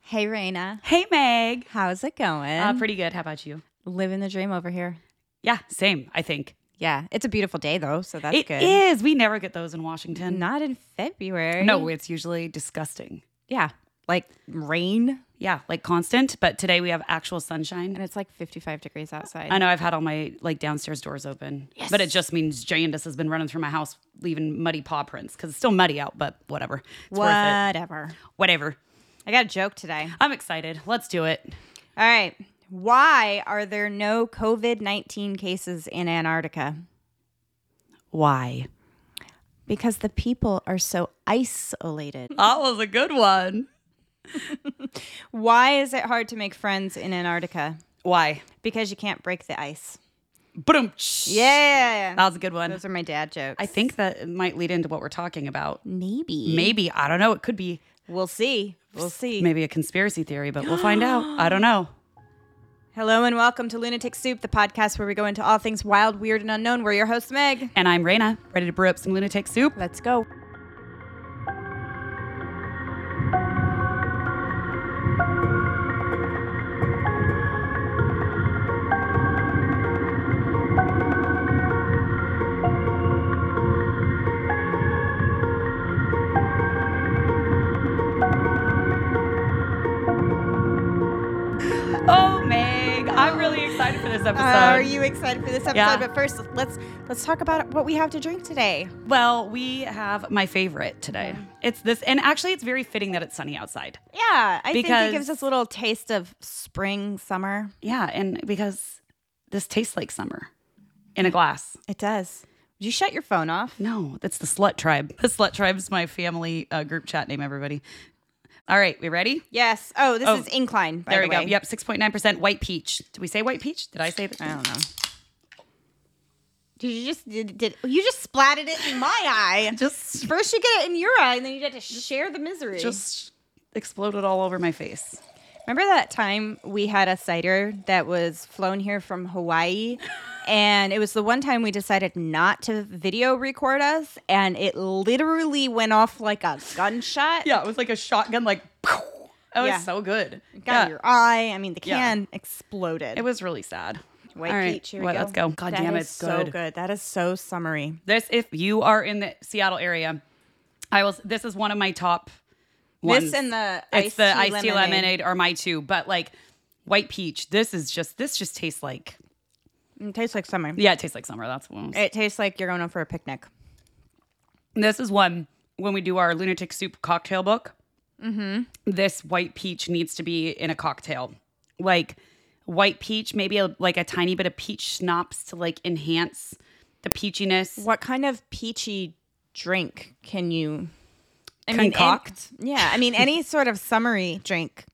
Hey, Raina. Hey, Meg. How's it going? Uh, pretty good. How about you? Living the dream over here. Yeah, same, I think. Yeah, it's a beautiful day though, so that's It good. is. We never get those in Washington. Not in February. No, it's usually disgusting. Yeah, like rain, Yeah, like constant, but today we have actual sunshine. and it's like 55 degrees outside. I know I've had all my like downstairs doors open, Yes. but it just means Jandis has been running through my house leaving muddy paw prints because it's still muddy out, but whatever. It's worth Whatever. it. Whatever. I got a joke today. I'm excited. Let's do it. All right. Why are there no COVID 19 cases in Antarctica? Why? Because the people are so isolated. That was a good one. Why is it hard to make friends in Antarctica? Why? Because you can't break the ice. Boom. Yeah. That was a good one. Those are my dad jokes. I think that might lead into what we're talking about. maybe. Maybe, I don't know. It could be We'll see. We'll see. maybe a conspiracy theory, but we'll find out. I don't know. Hello and welcome to Lunatic Soup, the podcast where we go into all things wild, weird, and unknown. We're your host, Meg. And I'm Raina, ready to brew up some lunatic soup. Let's go. Oh, Meg, I'm really excited for this episode. are you excited for this episode? Yeah. But first, let's let's talk about what we have to drink today. Well, we have my favorite today. It's this, and actually, it's very fitting that it's sunny outside. Yeah, I think Because- it gives us a little taste of spring, summer. Yeah, and because this tastes like summer in a glass. It does. Did you shut your phone off? No, that's the Slut Tribe. The Slut Tribe's my family uh, group chat name, everybody. All right, we ready? Yes. Oh, this Oh. is incline. By There the we go. way. Yep, 6.9% white peach. Did we say white peach? Did I say that? I don't know. Did you just did, did you just splatted it in my eye? Just First you get it in your eye, and then you get to share the misery. just exploded all over my face. Remember that time we had a cider that was flown here from Hawaii? And it was the one time we decided not to video record us, and it literally went off like a gunshot. Yeah, it was like a shotgun, like, that was Yeah. so good. Got Yeah. in your eye. I mean, the Yeah. can exploded. It was really sad. White All right, peach. Here we well, go. Let's go. God That damn, is it's so good. good. That is so summery. This, if you are in the Seattle area, I will. This is one of my top. This ones. and the it's iced the tea iced tea lemonade. lemonade are my two, but like white peach. This is just this just tastes like It tastes like summer. yeah, it tastes like summer. That's what it was. It tastes like you're going out for a picnic. this is one when we do our lunatic soup cocktail book. This white peach needs to be in a cocktail, like white peach, maybe a, like a tiny bit of peach schnapps to like enhance the peachiness. What kind of peachy drink can you I mean, an- Concoct? yeah, I mean any sort of summery drink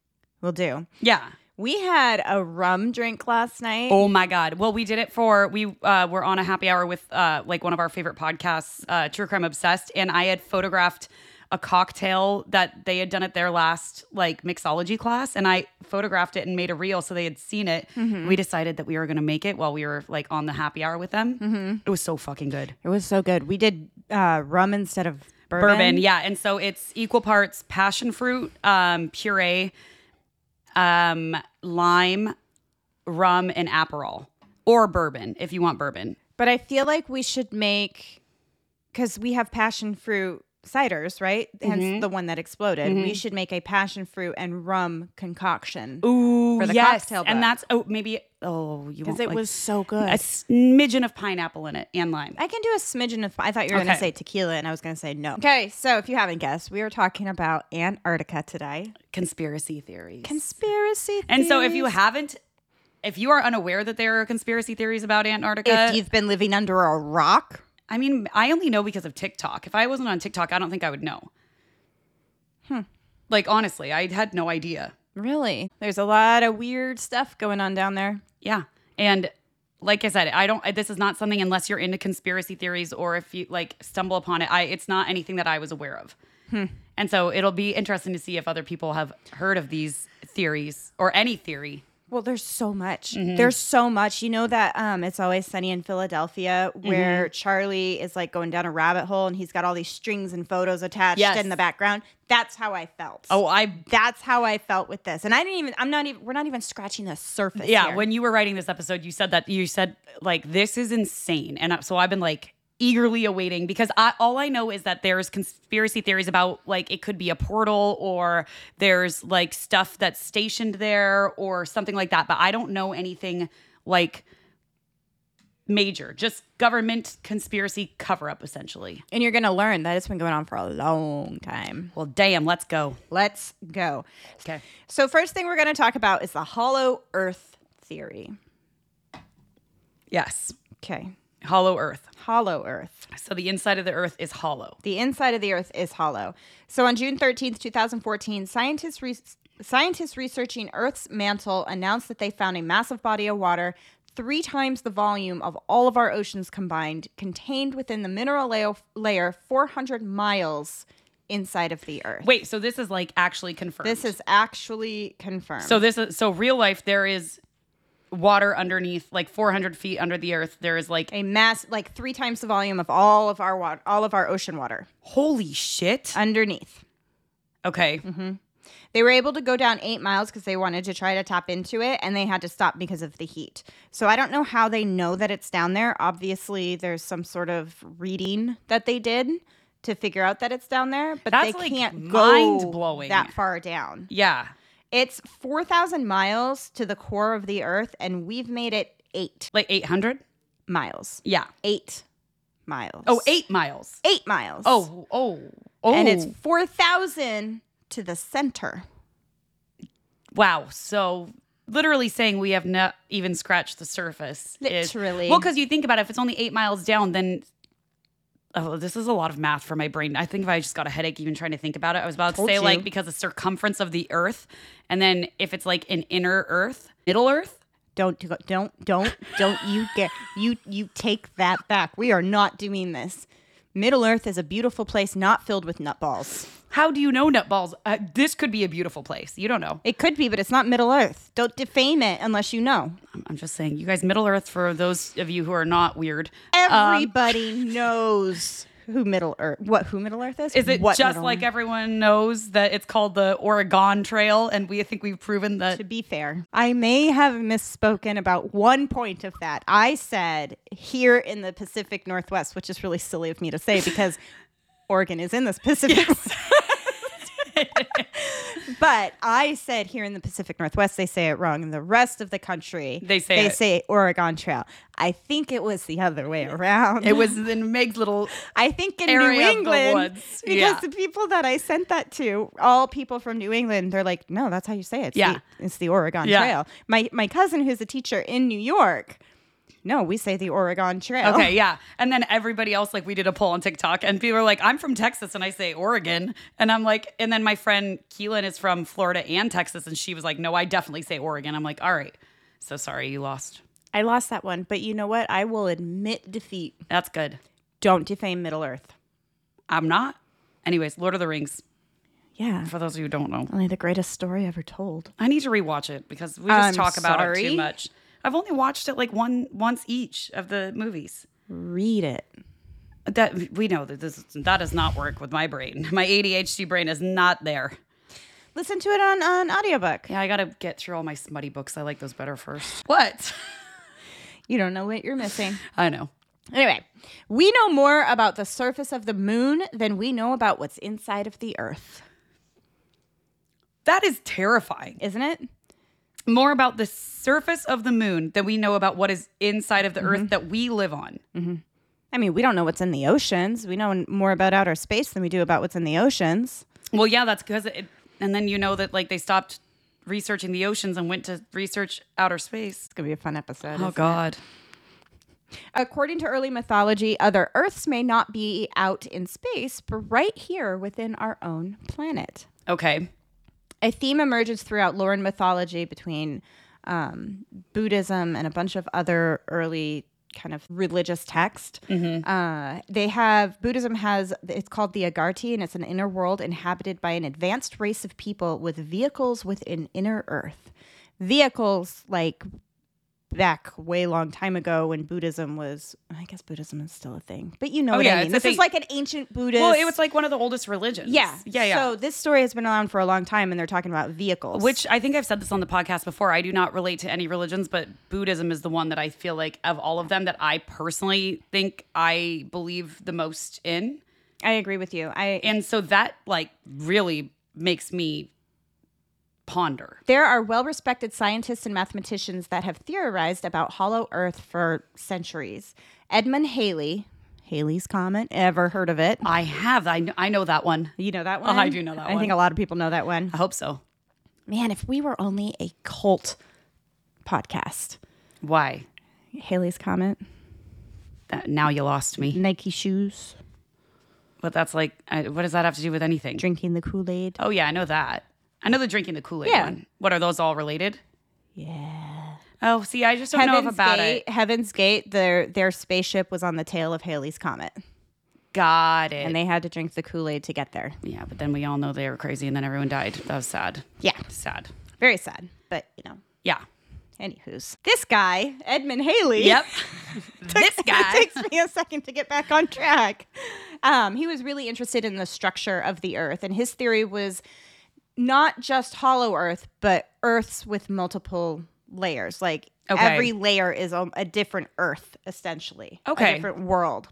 will do. Yeah. We had a rum drink last night. Oh my God. Well, we did it for, we uh, were on a happy hour with uh, like one of our favorite podcasts, uh, True Crime Obsessed, and I had photographed a cocktail that they had done at their last like mixology class and I photographed it and made a reel so they had seen it. We decided that we were going to make it while we were like on the happy hour with them. It was so fucking good. It was so good. We did uh, rum instead of bourbon. Bourbon. yeah. And so it's equal parts passion fruit, um, puree, um, lime, rum, and Aperol. Or bourbon, if you want bourbon. But I feel like we should make because we have passion fruit ciders, right? Hence Mm-hmm. the one that exploded. We should make a passion fruit and rum concoction. Ooh, for the yes. cocktail book. And that's oh maybe oh you Because won't it like- was so good. a smidgen of pineapple in it and lime. I can do a smidgen of. I thought you were going to Okay. say tequila, and I was going to say no. Okay, so if you haven't guessed, we are talking about Antarctica today. Conspiracy theories. Conspiracy. and so if you haven't if you are unaware that there are conspiracy theories about Antarctica, if you've been living under a rock, I mean, I only know because of TikTok. If I wasn't on TikTok, I don't think I would know. Hmm. Like honestly, I had no idea. really, there's a lot of weird stuff going on down there. Yeah. And like I said, I don't this is not something unless you're into conspiracy theories or if you like stumble upon it, I it's not anything that I was aware of. And so it'll be interesting to see if other people have heard of these theories or any theory. Well, there's so much. There's so much. You know that um, it's always sunny in Philadelphia where Charlie is like going down a rabbit hole and he's got all these strings and photos attached Yes. in the background. That's how I felt. Oh, I that's how I felt with this. And I didn't even. I'm not even. We're not even scratching the surface. yeah. here. When you were writing this episode, you said that you said like this is insane, and I- so I've been like eagerly awaiting because I, all I know is that there's conspiracy theories about like it could be a portal or there's like stuff that's stationed there or something like that, but I don't know anything like major, just government conspiracy cover up essentially. and you're gonna learn that it's been going on for a long time. Well, damn, let's go. Let's go. Okay. So first thing we're gonna talk about is the Hollow Earth theory. Yes. Okay, Hollow Earth. Hollow Earth. So the inside of the Earth is hollow. The inside of the Earth is hollow. So on June 13th, 2014, scientists re- scientists researching Earth's mantle announced that they found a massive body of water three times the volume of all of our oceans combined contained within the mineral layer, layer 400 miles inside of the Earth. Wait, so this is like actually confirmed. This is actually confirmed. so this is so real life. There is water underneath, like 400 feet under the Earth. There is like a mass like three times the volume of all of our water, all of our ocean water holy shit. underneath. Okay, They were able to go down eight miles because they wanted to try to tap into it and they had to stop because of the heat. So I don't know how they know that it's down there. Obviously, there's some sort of reading that they did to figure out that it's down there, but That's, they like, can't go mind-blowing. that far down. yeah. It's 4,000 miles to the core of the earth, and we've made it eight Like 800. miles. Yeah. Eight miles. Oh, eight miles. Eight miles. Oh, oh, oh. And it's 4,000 to the center. wow. So literally saying we have not even scratched the surface. is- Literally. well, because you think about it, if it's only eight miles down, then. Oh, this is a lot of math for my brain. I think if I just got a headache even trying to think about it, I was about Told to say you. like because the circumference of the Earth, and then if it's like an inner Earth, middle Earth, don't do- don't don't don't you get you you take that back we are not doing this middle earth is a beautiful place not filled with nutballs How do you know nutballs? Uh, this could be a beautiful place. You don't know. it could be but it's not middle earth don't defame it unless you know I'm- I'm just saying, you guys, Middle Earth, for those of you who are not weird, everybody knows who middle earth what who middle earth is is it what just Middle like Earth- everyone knows that it's called the Oregon Trail? And we think we've proven that. to be fair i may have misspoken about one point of that i said here in the pacific northwest which is really silly of me to say because oregon is in this pacific But I said here in the Pacific Northwest, they say it wrong. In the rest of the country, They say they it. say Oregon Trail. I think it was the other way around. it was in Meg's little. I think in area New of the England, woods. because Yeah. the people that I sent that to, all people from New England, they're like, "No, that's how you say it. It's Yeah. the, it's the Oregon Yeah. Trail." My my cousin, who's a teacher in New York, no, we say the Oregon Trail. Okay, yeah. And then everybody else, like, we did a poll on TikTok, and people were like, I'm from Texas, and I say Oregon. And I'm like, and then my friend Keelan is from Florida and Texas, and she was like, no, I definitely say Oregon. I'm like, all right. So sorry, you lost. I lost that one, but you know what? I will admit defeat. That's good. Don't defame Middle Earth. I'm not. Anyways, Lord of the Rings. Yeah, For those of you who don't know, only the greatest story ever told. I need to rewatch it because we just I'm talk about it sorry? too much. I've only watched it like one once each of the movies. Read it. That we know that this that does not work with my brain. My ADHD brain is not there. Listen to it on on audiobook. Yeah, I gotta get through all my smutty books. I like those better first. What? You don't know what you're missing. I know. Anyway, we know more about the surface of the moon than we know about what's inside of the earth, That is terrifying. isn't it? More about the surface of the moon than we know about what is inside of the Mm-hmm. earth that we live on. I mean, we don't know what's in the oceans. We know more about outer space than we do about what's in the oceans. Well, yeah, that's because it. And then you know that like they stopped researching the oceans and went to research outer space. It's going to be a fun episode. Oh God. According to early mythology, other Earths may not be out in space, but right here within our own planet. Okay. a theme emerges throughout lore and mythology between um, Buddhism and a bunch of other early kind of religious text. Mm-hmm. Uh, they have Buddhism has it's called the Agarti, and it's an inner world inhabited by an advanced race of people with vehicles within inner Earth. vehicles like back way long time ago when Buddhism was I guess Buddhism is still a thing. But you know Oh, what yeah, I it's mean. a This thing. is like an ancient Buddhist Well, it was like one of the oldest religions. yeah. Yeah. Yeah. So this story has been around for a long time and they're talking about vehicles. Which I think I've said this on the podcast before. I do not relate to any religions, but Buddhism is the one that I feel like of all of them that I personally think I believe the most in. I agree with you. I And so that like really makes me ponder. There are well respected scientists and mathematicians that have theorized about hollow earth for centuries. Edmund Haley, Haley's Comet, ever heard of it? I have. I know, I know that one. You know that one? Oh, I do know that I think one. a lot of people know that one. I hope so. Man, if we were only a cult podcast, Why? Haley's Comet, That, now you lost me. Nike shoes, But that's like, I, what does that have to do with anything? drinking the Kool Aid. Oh yeah, I know that. I know the drinking the Kool Aid Yeah. one. What are those all related? Yeah. Oh, see, I just don't know Heaven's about Gate, it. Heaven's Gate, their, their spaceship was on the tail of Haley's Comet, Got it. and they had to drink the Kool Aid to get there. Yeah, but then we all know they were crazy and then everyone died. That was sad. Yeah. Sad. Very sad, but you know. Yeah. Anywho's, this guy, Edmund Haley. this guy. it takes me a second to get back on track. Um, he was really interested in the structure of the Earth, and his theory was not just hollow Earth, but Earths with multiple layers. Like Okay. every layer is a, a different Earth, essentially. Okay. A different world.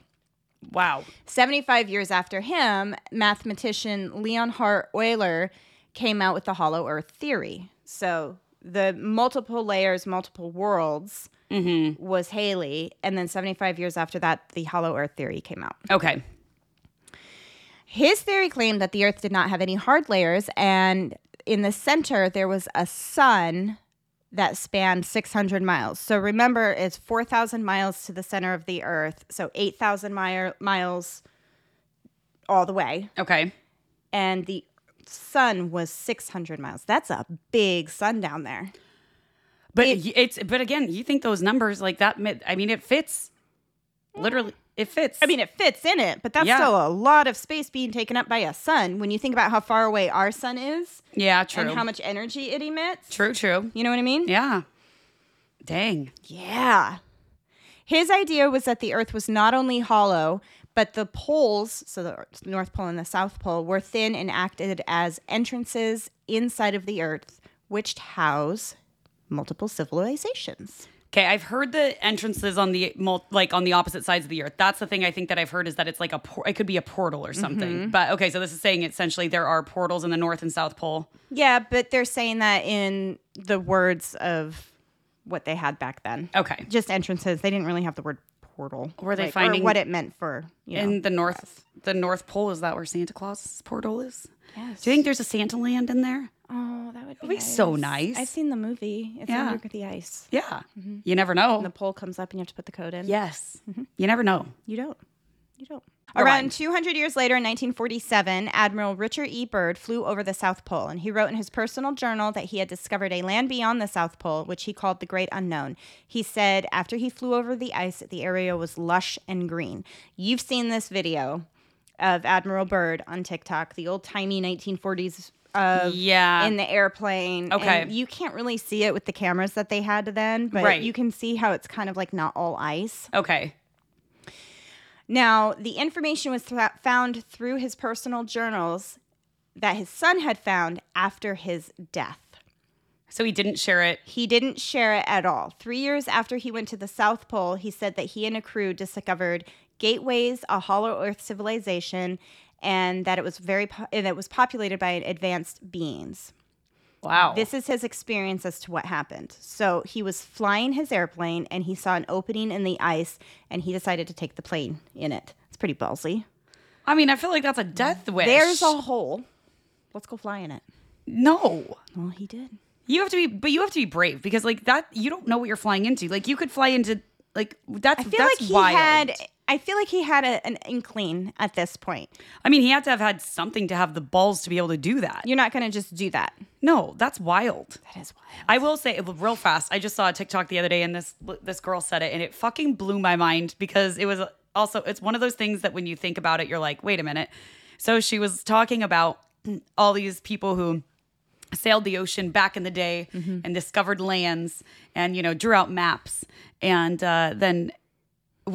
wow. 75 years after him, mathematician Leonhard Euler came out with the hollow earth theory. So the multiple layers, multiple worlds was Haley. And then 75 years after that, the hollow earth theory came out. Okay. His theory claimed that the earth did not have any hard layers. And in the center, there was a sun that spanned 600 miles. So remember, it's 4,000 miles to the center of the earth. So 8,000 mi- miles all the way Okay. and the sun was 600 miles. That's a big sun down there. But y it's but again, you think those numbers like that mi- I mean it fits. Literally it fits. I mean, it fits in it, but that's Yeah. still a lot of space being taken up by a sun when you think about how far away our sun is yeah, true. and how much energy it emits. true, true. You know what I mean? Yeah. Dang. Yeah. His idea was that the Earth was not only hollow, but the poles, so the North Pole and the South Pole, were thin and acted as entrances inside of the Earth, which house multiple civilizations. Okay, I've heard the entrances on the mul- like on the opposite sides of the earth. That's the thing I think that I've heard is that it's like a por- it could be a portal or something. Mm-hmm. But okay, so this is saying essentially there are portals in the north and south pole. Yeah, but they're saying that in the words of what they had back then. Okay. Just entrances. They didn't really have the word portal. Were they like, or finding- what it meant for you know. in the north the north pole is that where santa claus's portal is Yes. do you think there's a santa land in there Oh, that would be, be so nice. I've seen the movie. It's Yeah. under the ice. yeah you never know Mm-hmm. The Mm-hmm. pole comes up and you have to put the code in. yes you never know You don't. You don't. Go Around on. 200 years later, in 1947, Admiral Richard E. Byrd flew over the South Pole, and he wrote in his personal journal that he had discovered a land beyond the South Pole, which he called the Great Unknown. He said after he flew over the ice, the area was lush and green. You've seen this video of Admiral Byrd on TikTok, the old timey 1940s of yeah in the airplane. Okay. and you can't really see it with the cameras that they had then, but Right. you can see how it's kind of like not all ice. okay Now, the information was th- found through his personal journals that his son had found after his death. so he didn't share it He didn't share it at all. Three years after he went to the South Pole, he said that he and a crew discovered gateways, a hollow earth civilization, and that it was very po- and it was populated by advanced beings. wow This is his experience as to what happened. So he was flying his airplane and he saw an opening in the ice, and he decided to take the plane in it. It's pretty ballsy. i mean i feel like that's a death wish There's a hole. Let's go fly in it. no Well, he did. you have to be but you have to be brave because like that you don't know what you're flying into like you could fly into like that's I feel that's like he wild. had. I feel like he had a, an inkling at this point. I mean, he had to have had something to have the balls to be able to do that. You're not going to just do that. No, that's wild. That is wild. I will say real fast. I just saw a TikTok the other day, and this this girl said it, and it fucking blew my mind because it was also it's one of those things that when you think about it, you're like, wait a minute. So she was talking about all these people who sailed the ocean back in the day Mm-hmm. and discovered lands and you know drew out maps and uh, then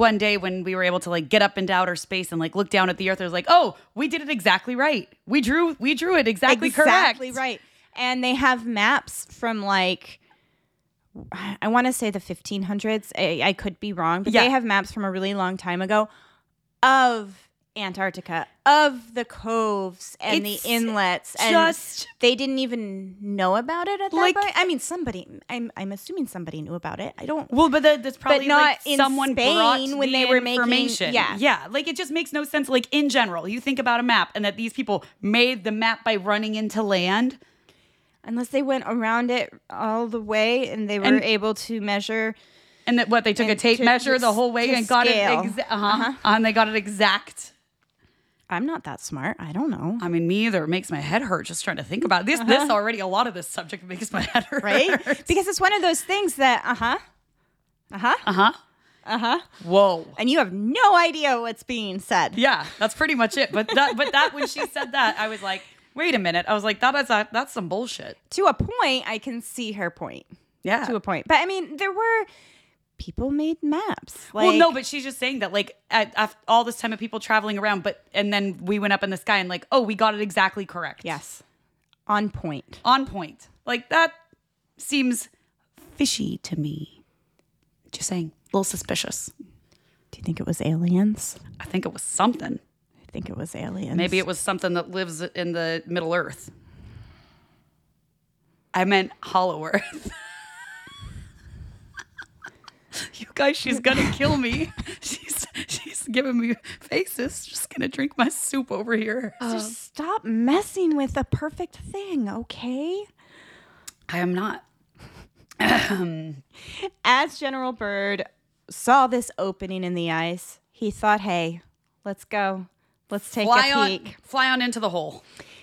one day when we were able to like get up into outer space and like look down at the earth it was like oh we did it exactly right we drew we drew it exactly, exactly correct right. And they have maps from like I want to say the 1500s. I, I could be wrong, but Yeah. they have maps from a really long time ago of Antarctica, of the coves and It's the inlets, and just- they didn't even know about it at that Like- point. I mean, somebody. I'm I'm assuming somebody knew about it. I don't. Well, but the, that's probably not like in someone Spain brought when the they were making- information. yeah. yeah. Like it just makes no sense. Like in general, you think about a map and that these people made the map by running into land. Unless they went around it all the way and they were And- able to measure. And that what they took a And tape to- measure the whole way to and got scale. it exact. Uh-huh. And they got it exact. I'm not that smart. I don't know. I mean, me either. It makes my head hurt just trying to think about it. this. This already a lot of this subject makes my head hurt. Uh-huh. right? Because it's one of those things that, uh huh, uh huh, Uh huh. uh huh, Whoa. and you have no idea what's being said. Yeah, that's pretty much it. But that, but that when she said that, I was like, wait a minute. I was like, that is a, that's some bullshit. To a point, I can see her point. Yeah. To a point, but I mean, there were people made maps. Like, well, no, but she's just saying that, like, at, af all this time of people traveling around, but and then we went up in the sky and, like, oh, we got it exactly correct. yes, on point. on point. Like that seems fishy to me. Just saying, a little suspicious. Do you think it was aliens? I think it was something. I think it was aliens. Maybe it was something that lives in the Middle Earth. I meant Hollow Earth. you guys, she's gonna kill me. She's she's giving me faces. Just gonna drink my soup over here. Just stop messing with the perfect thing, okay? I am not. As General Byrd saw this opening in the ice, he thought, "Hey, let's go. Let's take Fly a peek." on, fly on into the hole.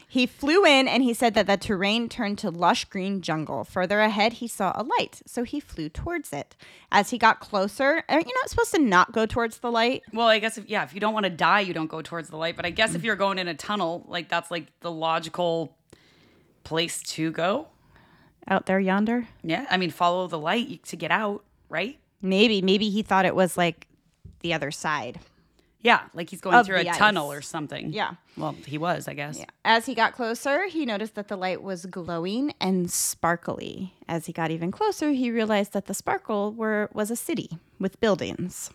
He flew in and he said that the terrain turned to lush green jungle. Further ahead, he saw a light, so he flew towards it. As he got closer, are you not supposed to not go towards the light? Well, I guess if yeah, if you don't want to die, you don't go towards the light. But I guess if you're going in a tunnel, like that's like the logical place to go. Out there yonder? Yeah, I mean, follow the light to get out, right? Maybe, maybe he thought it was like the other side. Yeah, like he's going Of through a the ice. tunnel or something. Yeah. Well, he was, I guess. As he got closer, he noticed that the light was glowing and sparkly. As he got even closer, he realized that the sparkle were, was a city with buildings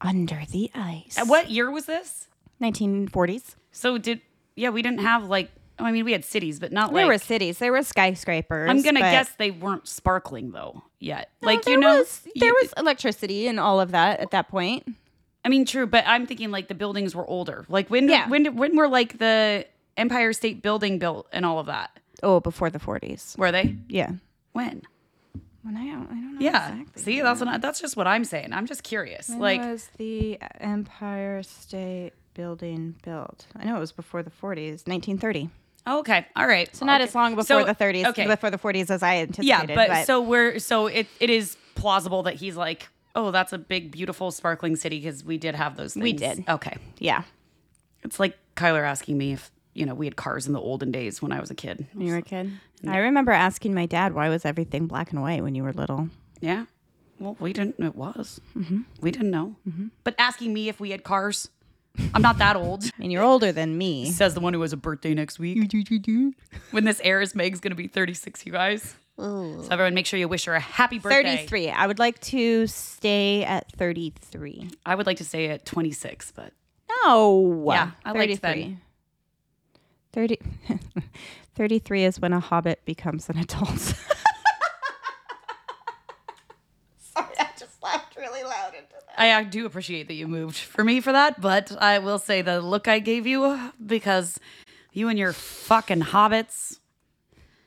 under the ice. And What year was this? 1940s. So did yeah, we didn't have like oh, I mean, we had cities, but not there were like cities. There were skyscrapers. I'm gonna but- guess they weren't sparkling though yet. like there you know, was, there you- was electricity and all of that at that point. I mean, true, but I'm thinking like the buildings were older. Like when Yeah. when when were like the Empire State Building built and all of that? Oh, before the forties. Were they? Yeah. When? When I don't, I don't know. Yeah. exactly. See, that's what I, that's just what I'm saying. I'm just curious. When like was the Empire State Building built? I know it was before the forties, nineteen thirty. okay, all right. So not as long before the thirties, Okay. before the forties as I yeah, anticipated. but, so we're so it it is plausible that he's like, "Oh, that's a big beautiful sparkling city because we did have those things." We did. Okay. yeah, It's like Kyler asking me if, you know, we had cars in the olden days when I was a kid. when you were a kid, I remember asking my dad why was everything black and white when you were little. Yeah. Well, we didn't. It was. Mm-hmm. We didn't know. But asking me if we had cars, I'm not that old. And you're older than me. Says the one who has a birthday next week. when this airs, Meg's gonna be 36, you guys. So everyone, make sure you wish her a happy birthday. Thirty-three. I would like to stay at thirty-three. I would like to say at 26, but No. Yeah, I liked Ben. 30, 33 is when a hobbit becomes an adult. Sorry, I just laughed really loud into that. I, I do appreciate that you moved for me for that. But I will say the look I gave you because you and your fucking hobbits.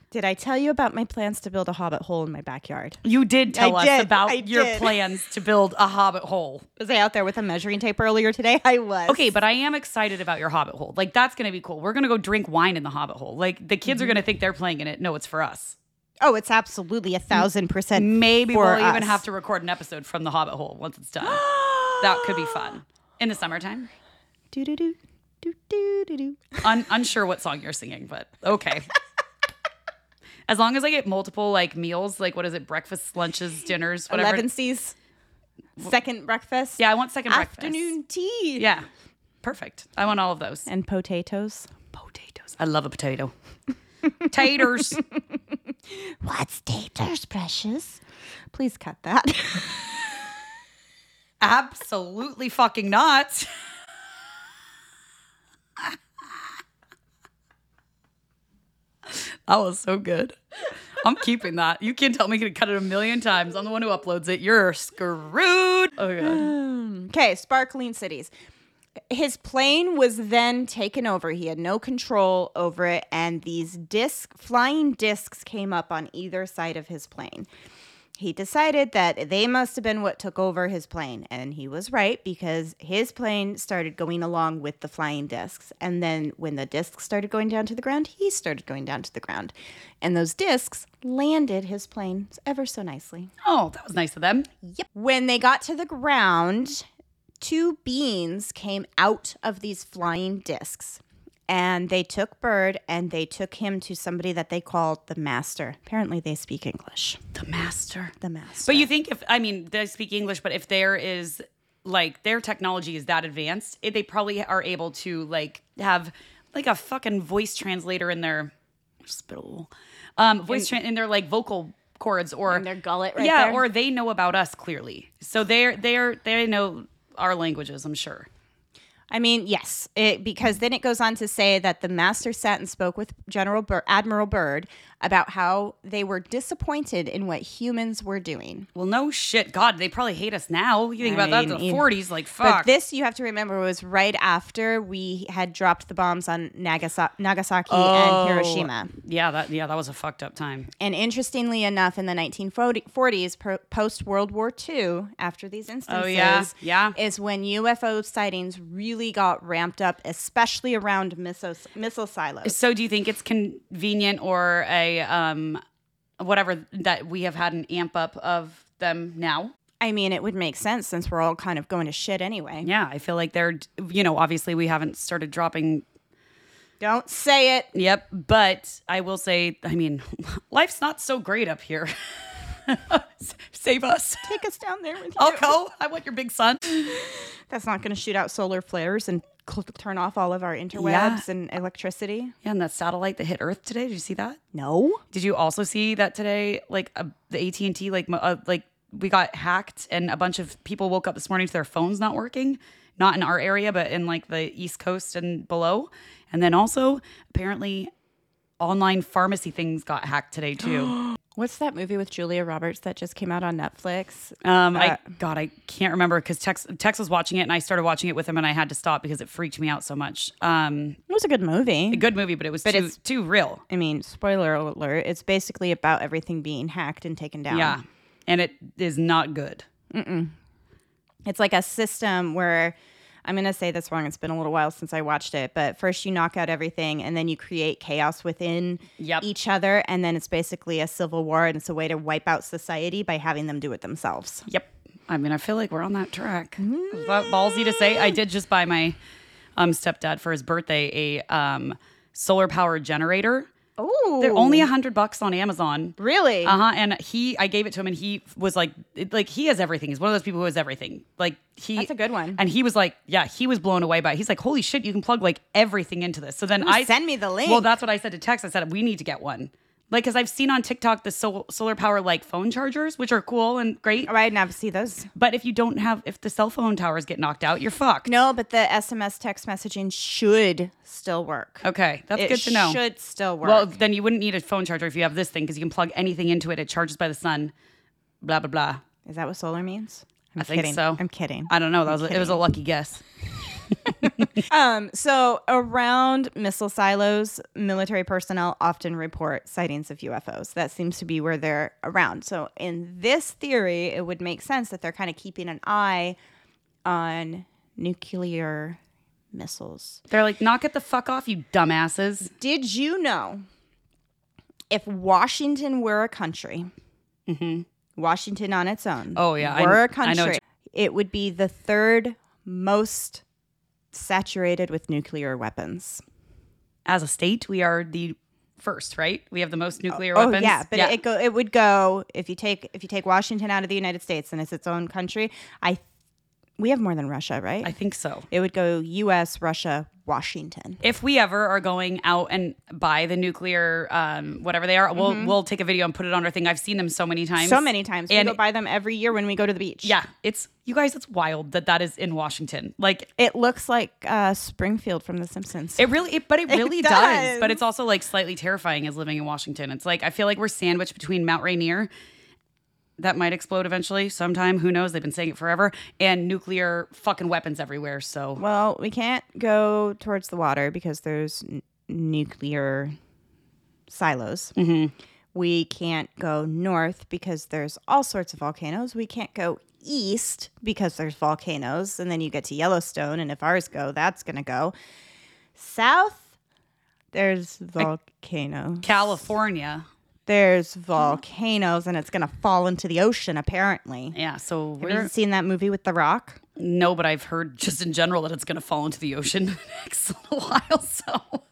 Did I tell you about my plans to build a hobbit hole in my backyard? You did tell I us did, about I your did. plans to build a hobbit hole. Was I out there with a measuring tape earlier today? I was. Okay, but I am excited about your Hobbit hole. Like that's gonna be cool. We're gonna go drink wine in the Hobbit hole. Like the kids are Mm-hmm. gonna think they're playing in it. No, it's for us. Oh, it's absolutely a thousand percent. Maybe for we'll even us. have to record an episode from the Hobbit hole once it's done. that could be fun in the summertime. Do do do do do do do. Un- unsure what song you're singing, but okay. As long as I get multiple like meals, like what is it, breakfast, lunches, dinners, whatever. Eleven C's second breakfast. Yeah, I want second breakfast. Afternoon tea. Yeah. Perfect. I want all of those. And potatoes. Potatoes. I love a potato. Taters. What's taters, precious? Please cut that. Absolutely fucking not. that was so good. I'm keeping that. You can tell me to cut it a million times. I'm the one who uploads it. You're screwed. Oh god. Okay, sparkling cities. His plane was then taken over. He had no control over it, and these disc flying discs came up on either side of his plane. He decided that they must have been what took over his plane, and he was right because his plane started going along with the flying discs. And then when the discs started going down to the ground, he started going down to the ground. And those discs landed his plane ever so nicely. Oh, that was nice of them. When they got to the ground, two beings came out of these flying discs and they took Bird and they took him to somebody that they called the Master. Apparently, they speak English. The master. The Master. But you think if I mean they speak English, but if there is like their technology is that advanced, it, they probably are able to like have like a fucking voice translator in their spittle, um, voice tran in their like vocal cords or their gullet right yeah, there. or they know about us clearly, so they're they're they know our languages. I'm sure. I mean, yes, it, because then it goes on to say that the master sat and spoke with General Bir- Admiral Byrd about how they were disappointed in what humans were doing. Well, no shit. God, they probably hate us now. You think I about that mean, in the even- 40s, like But fuck. this, you have to remember, was right after we had dropped the bombs on Nagasa- Nagasaki Oh. and Hiroshima. yeah, that yeah, that was a fucked up time. And interestingly enough, in the 1940s, pro- post World War II, after these instances, Oh, yeah, yeah. is when UFO sightings really got ramped up, especially around missile, missile silos. So, do you think it's convenient or a um, whatever that we have had an amp up of them now? I mean, it would make sense since we're all kind of going to shit anyway. Yeah, I feel like they're you know obviously we haven't started dropping. Don't say it. Yep, but I will say, I mean, life's not so great up here. S- Save us, Take us down there with you. Elko. I want your big son. That's not going to shoot out solar flares and cl- turn off all of our interwebs and electricity. Yeah, and that satellite that hit Earth today. Did you see that? No. Did you also see that today? Like uh, the AT and T, like mo- uh, like we got hacked, and a bunch of people woke up this morning to their phones not working. Not in our area, but in like the East Coast and below. And then also, apparently, online pharmacy things got hacked today too. What's that movie with Julia Roberts that just came out on Netflix? Um, I God, I can't remember because Tex Tex was watching it, and I started watching it with him, and I had to stop because it freaked me out so much. Um, It was a good movie. good movie, but it was too it's- too real. I mean, spoiler alert, it's basically about everything being hacked and taken down. Yeah, and it is not good. It's like a system where I'm going to say this wrong. It's been a little while since I watched it, but first you knock out everything and then you create chaos within Yep. each other. And then it's basically a civil war and it's a way to wipe out society by having them do it themselves. Yep. I mean, I feel like we're on that track. Mm-hmm. Is that ballsy to say? I did just buy my um, stepdad for his birthday a um, solar powered generator. Oh, They're only a hundred bucks on Amazon. really? Uh huh. And he, I gave it to him, and he was like, it- like he has everything. He's one of those people who has everything. Like he, That's a good one. And he was like, yeah, he was blown away by. it. He's like, holy shit, you can plug like everything into this. So then I send me the link. Well, that's what I said to Tex. I said we need to get one. Like, because I've seen on TikTok the sol- solar power like phone chargers, which are cool and great. oh, I didn't have to see those. But if you don't have, if the cell phone towers get knocked out, you're fucked. No, but the SMS text messaging should still work. Okay, that's It good to know. should still work. Well, then you wouldn't need a phone charger if you have this thing because you can plug anything into it. It charges by the sun. Blah blah blah. Is that what solar means? I'm I think kidding. so. I'm kidding. I don't know. That was it was a lucky guess. Um, so around missile silos, military personnel often report sightings of UFOs. That seems to be where they're around. So in this theory, it would make sense that they're kind of keeping an eye on nuclear missiles. They're like, knock it the fuck off, you dumbasses. Did you know if Washington were a country, Washington on its own, Mm-hmm. Oh, yeah, I- were a I know country, it would be the third most saturated with nuclear weapons. As a state, we are the first, right? We have the most nuclear Oh weapons. yeah, but it go it would go if you take if you take Washington out of the United States and it's its own country. I we have more than Russia, right? I think so. it would go U.S., Russia, Washington. If we ever are going out and buy the nuclear, um, whatever they are, we'll we'll take a video and put it on our thing. I've seen them so many times. Mm-hmm. So many times we and- go by them every year when we go to the beach. Yeah, it's you guys. It's wild that that is in Washington. Like it looks like uh, Springfield from The Simpsons. It really, it, but it really does. does. But it's also like slightly terrifying as living in Washington. It's like I feel like we're sandwiched between Mount Rainier, that might explode eventually, sometime. Who knows? They've been saying it forever, and nuclear fucking weapons everywhere. So well, we can't go towards the water because there's n- nuclear silos. We can't go north because there's all sorts of volcanoes. We can't go east because there's volcanoes. And then you get to Yellowstone, and if ours go, that's going to go. South, there's volcanoes. California, There's volcanoes, and it's going to fall into the ocean, apparently. yeah. So Have you we're seen that movie with The Rock? no, but I've heard just in general that it's gonna fall into the ocean next little while. So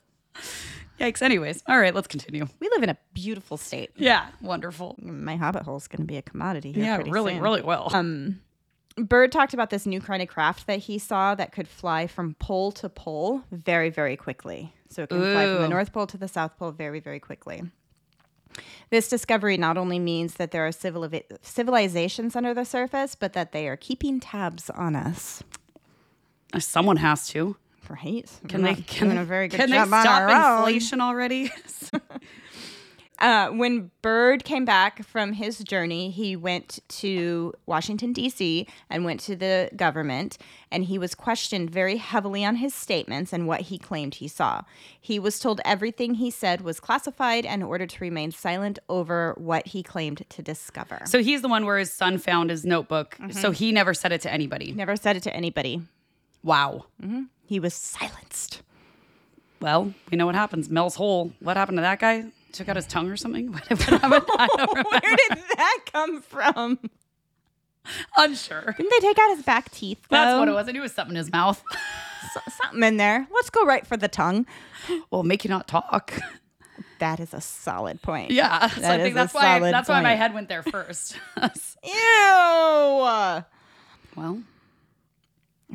yikes. Anyways, all right, let's continue. We live in a beautiful state. Yeah, wonderful. My hobbit hole is going to be a commodity here. Yeah, pretty really, soon. really well. Bird talked about this new kind of craft that he saw that could fly from pole to pole very, very quickly. So it can fly from Ooh. the North Pole to the South Pole very, very quickly. This discovery not only means that there are civili- civilizations under the surface, but that they are keeping tabs on us. Someone has to. Right? Can We're they not can doing they, a very good can job they on stop our own. inflation already? uh, when Bird came back from his journey, he went to Washington, D.C., and went to the government, and he was questioned very heavily on his statements and what he claimed he saw. He was told everything he said was classified and ordered to remain silent over what he claimed to discover. so he's the one where his son found his notebook. So he never said it to anybody. Never said it to anybody. Wow. He was silenced. Well, we know what happens. Mel's hole. What happened to that guy? Took out his tongue or something? What happened? I don't remember. Where did that come from? Unsure. Didn't they take out his back teeth? That's though? what it was. I knew it was something in his mouth. S- something in there. Let's go right for the tongue. well, make you not talk. That is a solid point. Yeah. So That I is a think that's why solid that's why my point. head went there first. Ew. I well,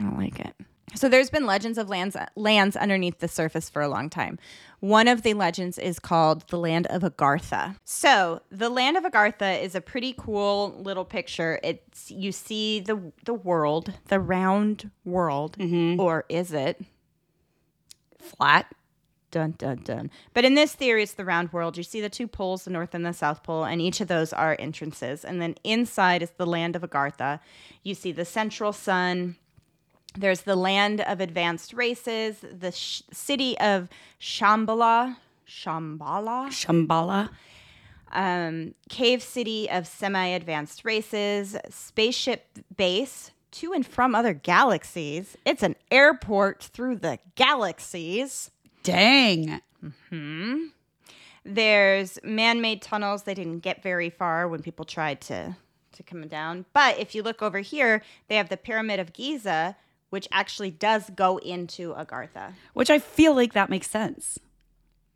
don't like it. So there's been legends of lands lands underneath the surface for a long time. One of the legends is called the land of Agartha. So the land of Agartha is a pretty cool little picture. It's you see the the world, the round world, or is it? flat. Dun dun dun. But in this theory, it's the round world. You see the two poles, the north and the south pole, and each of those are entrances. And then inside is the land of Agartha. You see the central sun. There's the land of advanced races, the sh- city of Shambhala, Shambhala, Shambhala. um, cave city of semi advanced races, spaceship base to and from other galaxies. It's an airport through the galaxies. Dang. There's man-made tunnels. They didn't get very far when people tried to to come down. But if you look over here, they have the Pyramid of Giza, which actually does go into Agartha. Which I feel like that makes sense.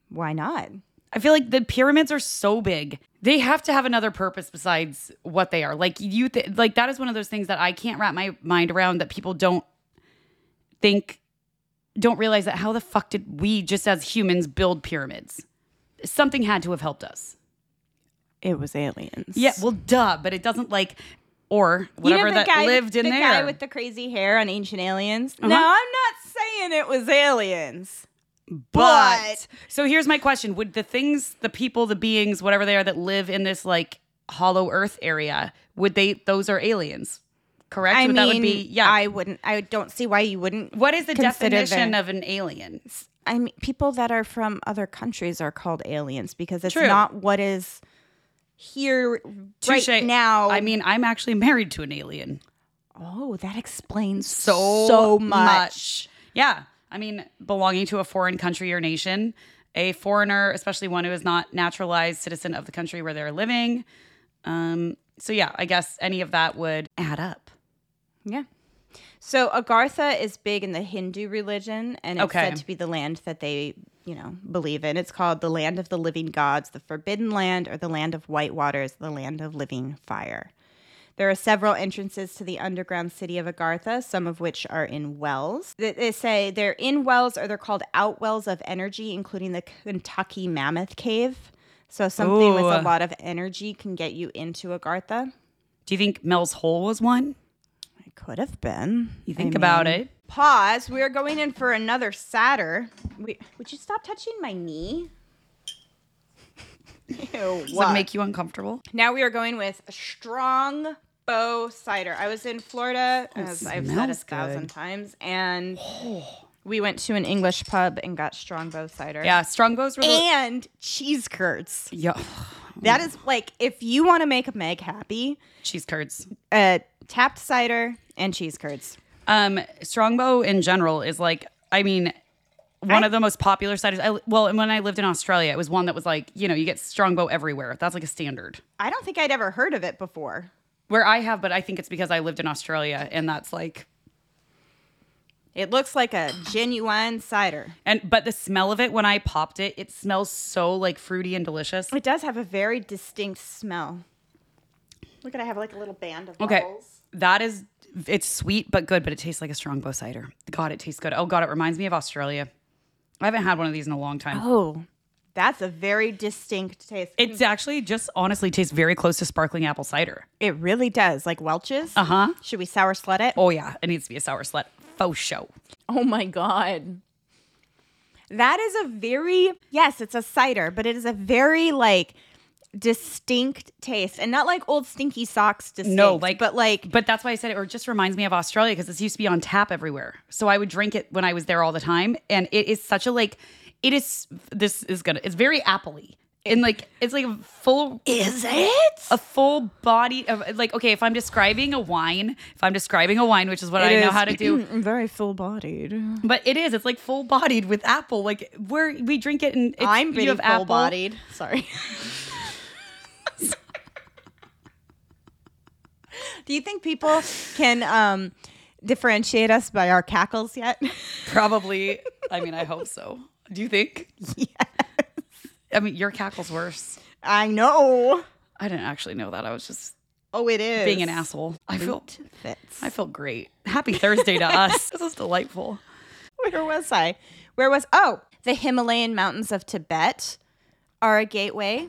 Why not? I feel like the pyramids are so big. They have to have another purpose besides what they are. Like you th- like that is one of those things that I can't wrap my mind around that people don't think don't realize that how the fuck did we just as humans build pyramids? Something had to have helped us. It was aliens. Yeah, well duh, but it doesn't like or whatever that lived in the there. Uh-huh. guy with the crazy hair on Ancient Aliens. No, I'm not saying it was aliens. But so here's my question: Would the things, the people, the beings, whatever they are that live in this like hollow Earth area, would they? Those are aliens, correct? I mean, Would that would be yeah. I wouldn't. I don't see why you wouldn't. what is the consider definition the- of an alien? I mean, people that are from other countries are called aliens because it's True. not what is here Touche. right now. I mean, I'm actually married to an alien. oh, that explains So so so much. Yeah, I mean, belonging to a foreign country or nation, a foreigner, especially one who is not naturalized citizen of the country where they're living. Um, so yeah, I guess any of that would add up. Yeah, So Agartha is big in the Hindu religion, and it's Okay. said to be the land that they, you know, believe in. It's called the land of the living gods, the forbidden land, or the land of white waters, the land of living fire. There are several entrances to the underground city of Agartha, some of which are in wells. They- They say they're in wells or they're called out wells of energy, including the Kentucky Mammoth Cave. So something with a Ooh. lot of energy can get you into Agartha. Do you think Mel's Hole was one? It could have been. You think about it. Pause. We're going in for another Satter. We, would you stop touching my knee? Ew, Does what? it make you uncomfortable? now we are going with strong bow cider. I was in Florida, as I've said a smells thousand good. times, and we went to an English pub and got strong bow cider. Yeah, Strongbows were the. And cheese curds. Yeah. Oh That is like if you want to make Meg happy, Cheese curds. uh, tapped cider and cheese curds. Um, Strongbow in general is like, I mean, one I- of the most popular ciders. I, well, and when I lived in Australia, it was one that was like, you know, you get Strongbow everywhere. That's like a standard. I don't think I'd ever heard of it before. Where I have, but I think it's because I lived in Australia, and that's like, It looks like a genuine cider. and but the smell of it when I popped it, it smells so like fruity and delicious. It does have a very distinct smell. Look at I have like a little band of Okay, bubbles. that is, it's sweet but good, but it tastes like a Strongbow cider. God, it tastes good. Oh God, it reminds me of Australia. I haven't had one of these in a long time. Oh, that's a very distinct taste. It, It's actually just honestly tastes very close to sparkling apple cider. it really does. Like Welch's. Uh Uh-huh. Should we sour slut it? Oh yeah, it needs to be a sour slut. Faux show. Oh my god. That is a very yes, it's a cider, but it is a very like distinct taste, and not like old stinky socks distinct. No, like but like but that's why I said it. Or it just reminds me of Australia because this used to be on tap everywhere. So I would drink it when I was there all the time, and it is such a like. It is. This is gonna. It's very appley and like it's like a full is it? a full body of like. Okay, if I'm describing a wine, if I'm describing a wine, which is what I know how to do, very full bodied. but it is. It's like full bodied with apple. Like we're we drink it and it's, I'm you pretty have apple. full bodied. Sorry. Do you think people can um, differentiate us by our cackles yet? Probably. I mean, I hope so. Do you think? Yeah. I mean, your cackle's worse. I know. I didn't actually know that. I was just Oh, it is being an asshole. I feel Fits. I feel great. Happy Thursday to us. This is delightful. Where was I? Where was? Oh, the Himalayan mountains of Tibet are a gateway,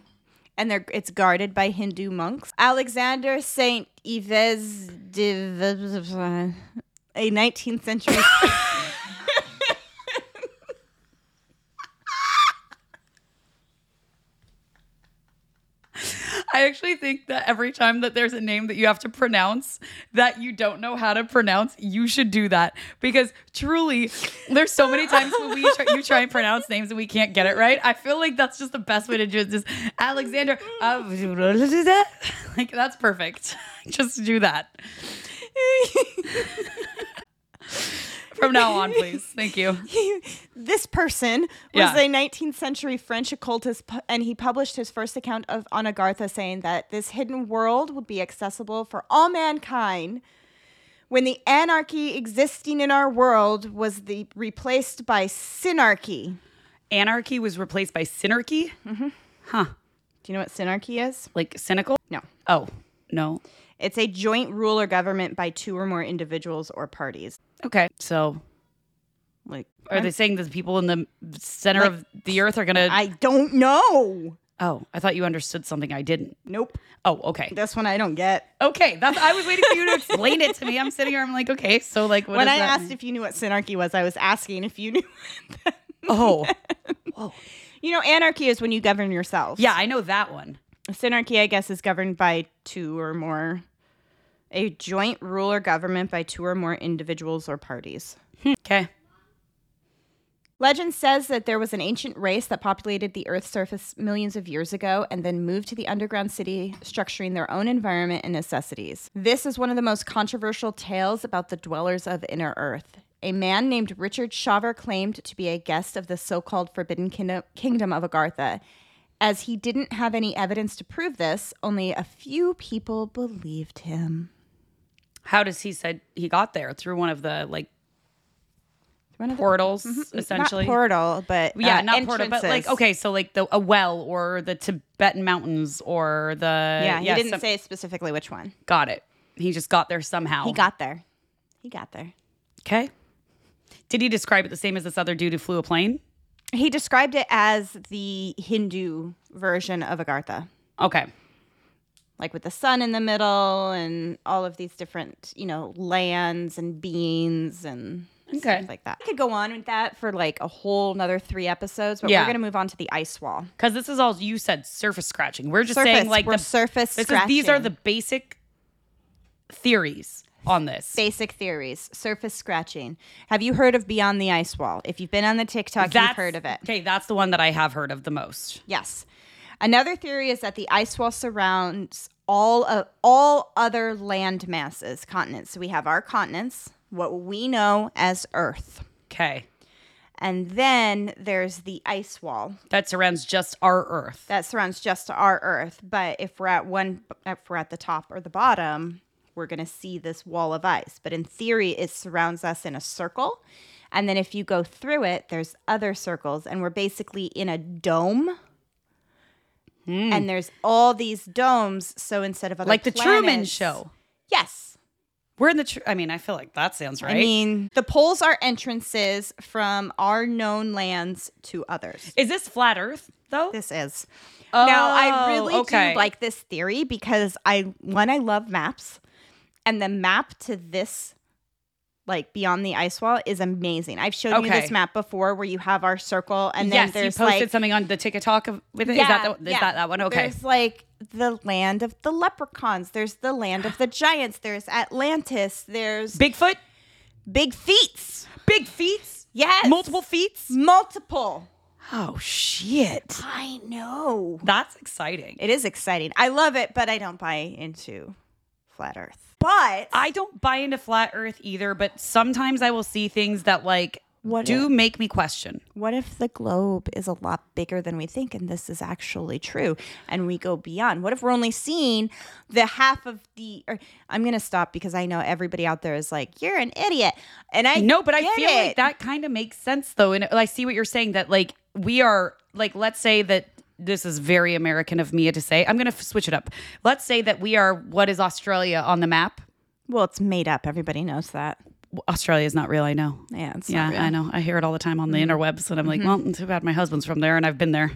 and they're it's guarded by Hindu monks. Alexander Saint Yves de a 19th century. I actually think that every time that there's a name that you have to pronounce that you don't know how to pronounce, you should do that because truly, there's so many times when we try, you try and pronounce names and we can't get it right. I feel like that's just the best way to do it. Just Alexander, uh, like that's perfect. Just do that from now on, please. Thank you. this person was Yeah. a 19th century French occultist, pu- and he published his first account of Anagartha, saying that this hidden world would be accessible for all mankind when the anarchy existing in our world was the replaced by synarchy. Anarchy was replaced by synarchy. Do you know what synarchy is? Like cynical. No. Oh no. It's a joint rule or government by two or more individuals or parties. Okay. So Like Are they saying that the people in the center of the earth are gonna? I don't know. oh, I thought you understood something I didn't. Nope. Oh, okay, This one I don't get. okay. That's I was waiting for you to explain it to me. I'm sitting here. I'm like, okay, so like what when does I that asked mean? if you knew what synarchy was, I was asking if you knew. oh, You know, anarchy is when you govern yourself. yeah, I know that one. Synarchy, I guess, is governed by two or more, a joint rule or government by two or more individuals or parties. Okay, Legend says that there was an ancient race that populated the Earth's surface millions of years ago and then moved to the underground city, structuring their own environment and necessities. This is one of the most controversial tales about the dwellers of Inner Earth. A man named Richard Shaver claimed to be a guest of the so called Forbidden Kingdom- Kingdom of Agartha. As he didn't have any evidence to prove this, only a few people believed him. How does he said he got there through one of the like One of the- portals Mm-hmm. Not essentially? portal, but yeah, uh, not portal, but like entrances. okay, so like the a well or the Tibetan mountains or the Yeah, he didn't some- say specifically which one. got it. He just got there somehow. He got there. He got there. okay. Did he describe it the same as this other dude who flew a plane? He described it as the Hindu version of Agartha, Okay, like with the sun in the middle and all of these different, you know, lands and beings and Okay. stuff like that. I could go on with that for like a whole another three episodes, but Yeah. we're gonna move on to the ice wall. because this is all you said surface scratching. We're just saying like we're the surface this is, these are scratching. the basic theories on this. basic theories. Surface scratching. Have you heard of Beyond the Ice Wall? If you've been on the TikTok, you've heard of it. Okay, that's the one that I have heard of the most. Yes. Another theory is that the ice wall surrounds all of all other land masses, continents. So we have our continents, what we know as Earth. Okay. And then there's the ice wall That surrounds just our earth. that surrounds just our Earth. But if we're at one, if we're at the top or the bottom, we're going to see this wall of ice. But in theory, it surrounds us in a circle. And then if you go through it, there's other circles, and we're basically in a dome. And there's all these domes. So instead of other Hmm. like the Truman planets- show. Yes. We're in the tr- I mean, I feel like that sounds right. I mean, the poles are entrances from our known lands to others. is this flat earth though? this is. now I Oh, really okay. do like this theory because I one I love maps, and the map to this, like beyond the ice wall, is amazing. I've shown you Okay. this map before where you have our circle, and then yes, you there's posted like something on the TikTok of, with it. Is that the, is that that one? Okay. There's like the land of the leprechauns. There's the land of the giants. There's Atlantis. There's big, Bigfoot? feats. Big feet? Yes, Multiple feats? multiple. Oh shit. I know. That's exciting. It is exciting. I love it, but I don't buy into flat Earth. But I don't buy into flat earth either, but sometimes I will see things that like What do make me question. what if the globe is a lot bigger than we think and this is actually true and we go beyond what if we're only seeing the half of the or, i'm gonna stop because i know everybody out there is like you're an idiot and i No, but I get feel like it. that kind of makes sense though. And I see what you're saying that like we are like let's say that this is very American of me to say. I'm going to f- switch it up. Let's say that we are what is Australia on the map? well it's made up everybody knows that W- Australia is not real, I know. yeah it's Yeah, not real. Mm-hmm. I know. I hear it all the time on the interwebs and I'm like, well, too bad my husband's from there and I've been there.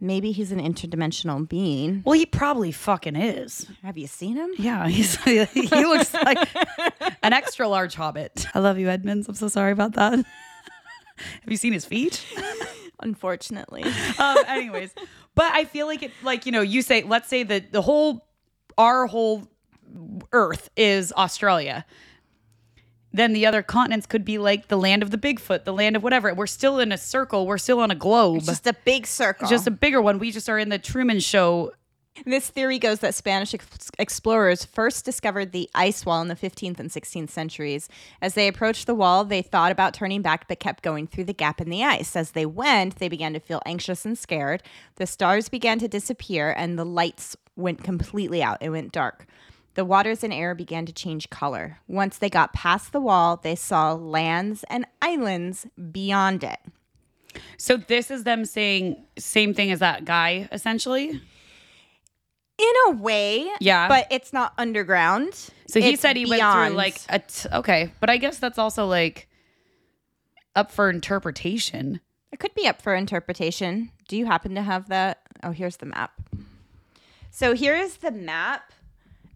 maybe he's an interdimensional being Well, he probably fucking is. have you seen him Yeah, he's he looks like an extra large hobbit. I love you, Edmonds. I'm so sorry about that. Have you seen his feet? unfortunately um, anyways, but I feel like it, like you know, you say, let's say that the whole, our whole Earth is Australia. Then the other continents could be like the land of the Bigfoot, the land of whatever. We're still in a circle. We're still on a globe. Just, uh-huh. just a big circle a bigger one. We just are in the Truman Show. This theory goes that Spanish ex- explorers first discovered the ice wall in the 15th and 16th centuries. As they approached the wall, they thought about turning back but kept going through the gap in the ice. As they went, they began to feel anxious and scared. The stars began to disappear and the lights went completely out. It went dark. The waters and air began to change color. Once they got past the wall, they saw lands and islands beyond it. So this is them saying same thing as that guy, essentially. In a way, Yeah. but it's not underground. So he It's said he went beyond. through like a t- okay, but I guess that's also like up for interpretation. It could be up for interpretation. Do you happen to have that? Oh, here's the map. So here is the map,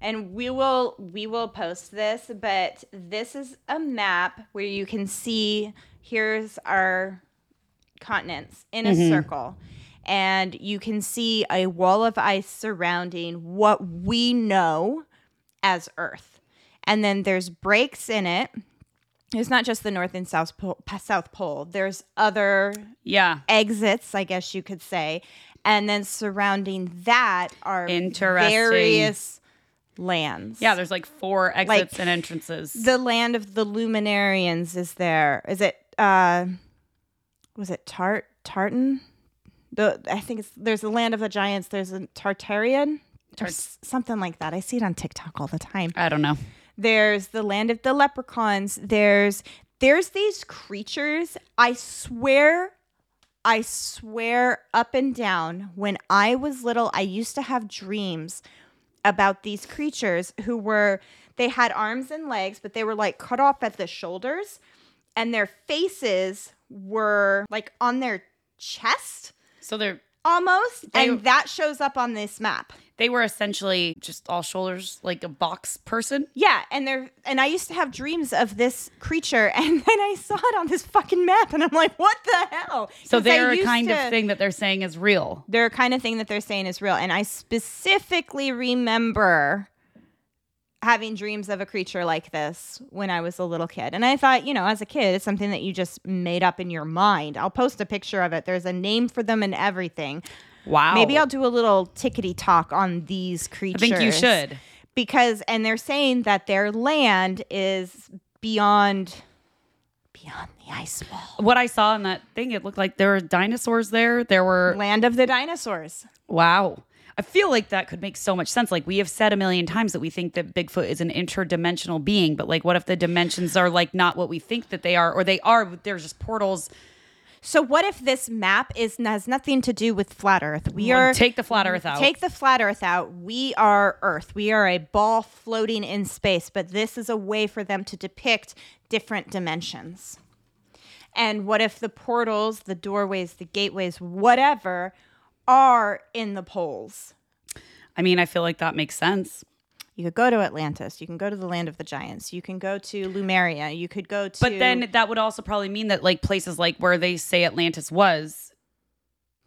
and we will we will post this, but this is a map where you can see here's our continents in a circle. And you can see a wall of ice surrounding what we know as Earth. And then there's breaks in it. It's not just the North and South Pole, South Pole. There's other Yeah. exits, I guess you could say. And then surrounding that are Interesting. various lands. Yeah, there's like four exits Like, and entrances. the land of the Luminarians is there. Is it uh was it Tart Tartan? The I think it's there's the land of the giants, there's a Tartarian or s- something like that. I see it on TikTok all the time. I don't know. There's the land of the leprechauns. There's there's these creatures. I swear I swear up and down, when I was little, I used to have dreams about these creatures who were, they had arms and legs, but they were like cut off at the shoulders, and their faces were like on their chest So they're almost. They- and that shows up on this map. they were essentially just all shoulders, like a box person. Yeah, and they're and I used to have dreams of this creature, and then I saw it on this fucking map, and I'm like, what the hell? So 'Cause I they're a used kind to- of thing that they're saying is real. their kind of thing that they're saying is real. And I specifically remember having dreams of a creature like this when I was a little kid. And I thought, you know, as a kid, it's something that you just made up in your mind. I'll post a picture of it. There's a name for them and everything. Wow. Maybe I'll do a little tickety talk on these I creatures. think you should. Because and they're saying that their land is beyond beyond the ice wall. What I saw in that thing, it looked like there were dinosaurs there. There were Land of the dinosaurs. wow. I feel like that could make so much sense. Like we have said a million times that we think that Bigfoot is an interdimensional being, but like what if the dimensions are like not what we think that they are or they are, but they're just portals. So what if this map is has nothing to do with flat Earth? We Or are take the flat earth out. take the flat Earth out. We are Earth. We are a ball floating in space. But this is a way for them to depict different dimensions. And what if the portals, the doorways, the gateways, whatever, are in the poles? I mean, I feel like that makes sense. You could go to Atlantis. You can go to the land of the giants. You can go to Lumeria. You could go to. But then that would also probably mean that like places like where they say Atlantis was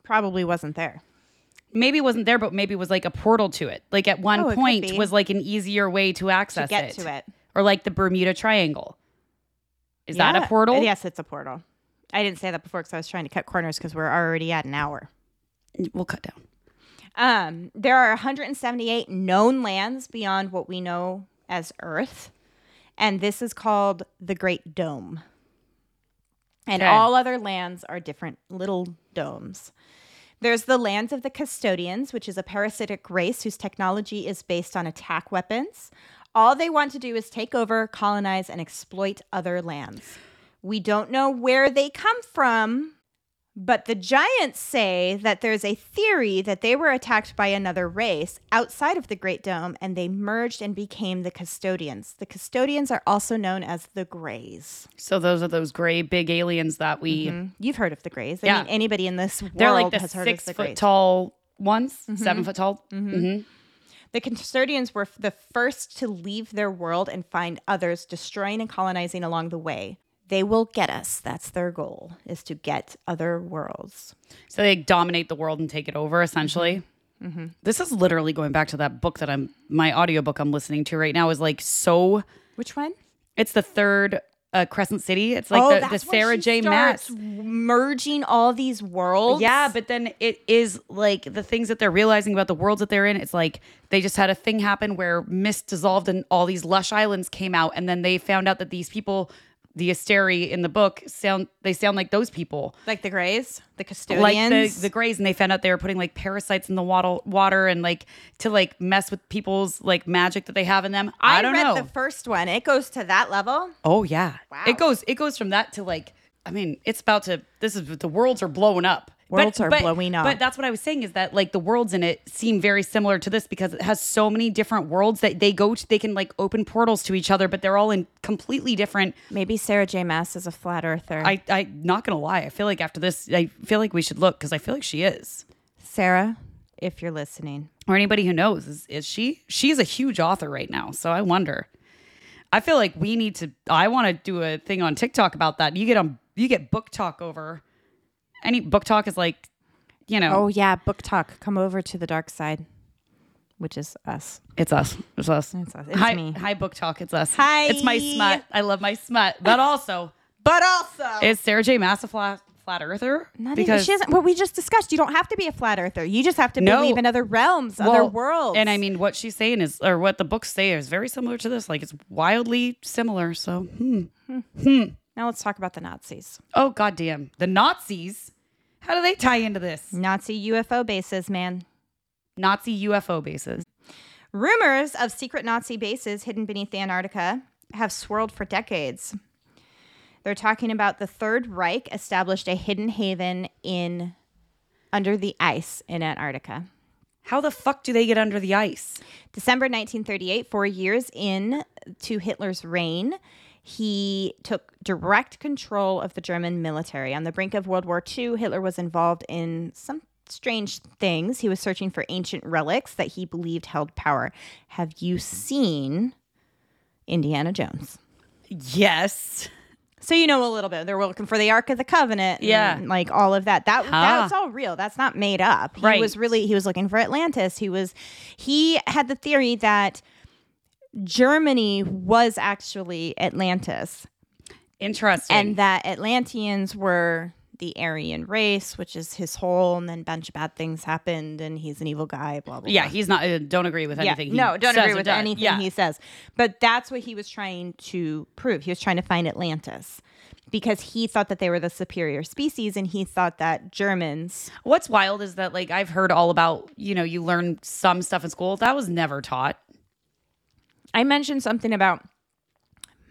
probably wasn't there. maybe wasn't there, but maybe was like a portal to it. Like at one Oh, it could point be. was like an easier way to access Get it. to it. Or like the Bermuda Triangle. Is that Yeah. a portal? Yes, it's a portal. I didn't say that before because I was trying to cut corners because we're already at an hour. We'll cut down. Um, there are 178 known lands beyond what we know as Earth, and this is called the Great Dome. And Okay. all other lands are different little domes. There's the lands of the custodians, which is a parasitic race whose technology is based on attack weapons. All they want to do is take over, colonize, and exploit other lands. We don't know where they come from, but the giants say that there's a theory that they were attacked by another race outside of the Great Dome and they merged and became the custodians. The custodians are also known as the Greys. So those are those gray big aliens that we You've heard of the Greys. I Yeah. mean, anybody in this Mm-hmm. world they're like the has heard six of the Mm-hmm. foot Greys. tall ones, seven foot tall. Mhm. The Custodians were f- the first to leave their world and find others, destroying and colonizing along the way. They will get us. That's their goal, is to get other worlds. So they dominate the world and take it over essentially. Mm-hmm. This is literally going back to that book that I'm my audiobook I'm listening to right now is like so Which one? It's the third uh, Crescent City. It's like the, the Oh, that's when Sarah she J. starts Mass. merging all these worlds. Yeah, but then it is like the things that they're realizing about the worlds that they're in. It's like they just had a thing happen where mist dissolved and all these lush islands came out, and then they found out that these people, the Asteri in the book, sound they sound like those people, like the Greys, the like Custodians. the, the Greys, and they found out they were putting like parasites in the water, water, and like to like mess with people's like magic that they have in them. I, don't read know. the first one. It goes to that level. Oh yeah. Wow. It goes it goes from that to like I mean, it's about to this is the worlds are blowing up. Worlds are blowing up. But that's what I was saying is that like the worlds in it seem very similar to this because it has so many different worlds that they go to they can like open portals to each other, but they're all in completely different Maybe Sarah J. Mass is a flat earther. I I not gonna lie, I feel like after this I feel like we should look because I feel like she is. Sarah, if you're listening, Or anybody who knows, is, is she? She's a huge author right now, so I wonder. I feel like we need to I want to do a thing on TikTok about that. You get on you get book talk over. Any book talk is like, you know, Oh yeah, book talk. Come over to the dark side, which is us. it's us. It's us. It's us. It's hi, me. hi book talk, it's us. Hi. It's my smut. I love my smut. But also, But also, is Sarah J. Mass a flat, flat earther? not even she doesn't. What we just discussed. You don't have to be a flat earther. You just have to No. believe in other realms, other well, worlds. And I mean, what she's saying is, or what the books say is very similar to this. Like, it's wildly similar. So, hmm. now let's talk about the Nazis. Oh goddamn! The Nazis. How do they tie into this? Nazi UFO bases, man. Nazi UFO bases. Rumors of secret Nazi bases hidden beneath Antarctica have swirled for decades. They're talking about the Third Reich established a hidden haven in under the ice in Antarctica. How the fuck do they get under the ice? December 1938, four years in to Hitler's reign, he took direct control of the German military. On the brink of World War II, Hitler was involved in some strange things. He was searching for ancient relics that he believed held power. Have you seen Indiana Jones? Yes. So you know a little bit. They're looking for the Ark of the Covenant, and, Yeah. like all of that. That Ah. that's all real. That's not made up. He Right. was really he was looking for Atlantis. He was he had the theory that Germany was actually Atlantis, Interesting. and that Atlanteans were the Aryan race, which is his whole. And then a bunch of bad things happened, and he's an evil guy. Blah blah. yeah, blah. he's not. Uh, don't agree with anything. he no, don't says agree or with does. anything Yeah. he says. But that's what he was trying to prove. He was trying to find Atlantis because he thought that they were the superior species and he thought that Germans. What's wild is that like I've heard all about you know you learn some stuff in school that was never taught. I mentioned something about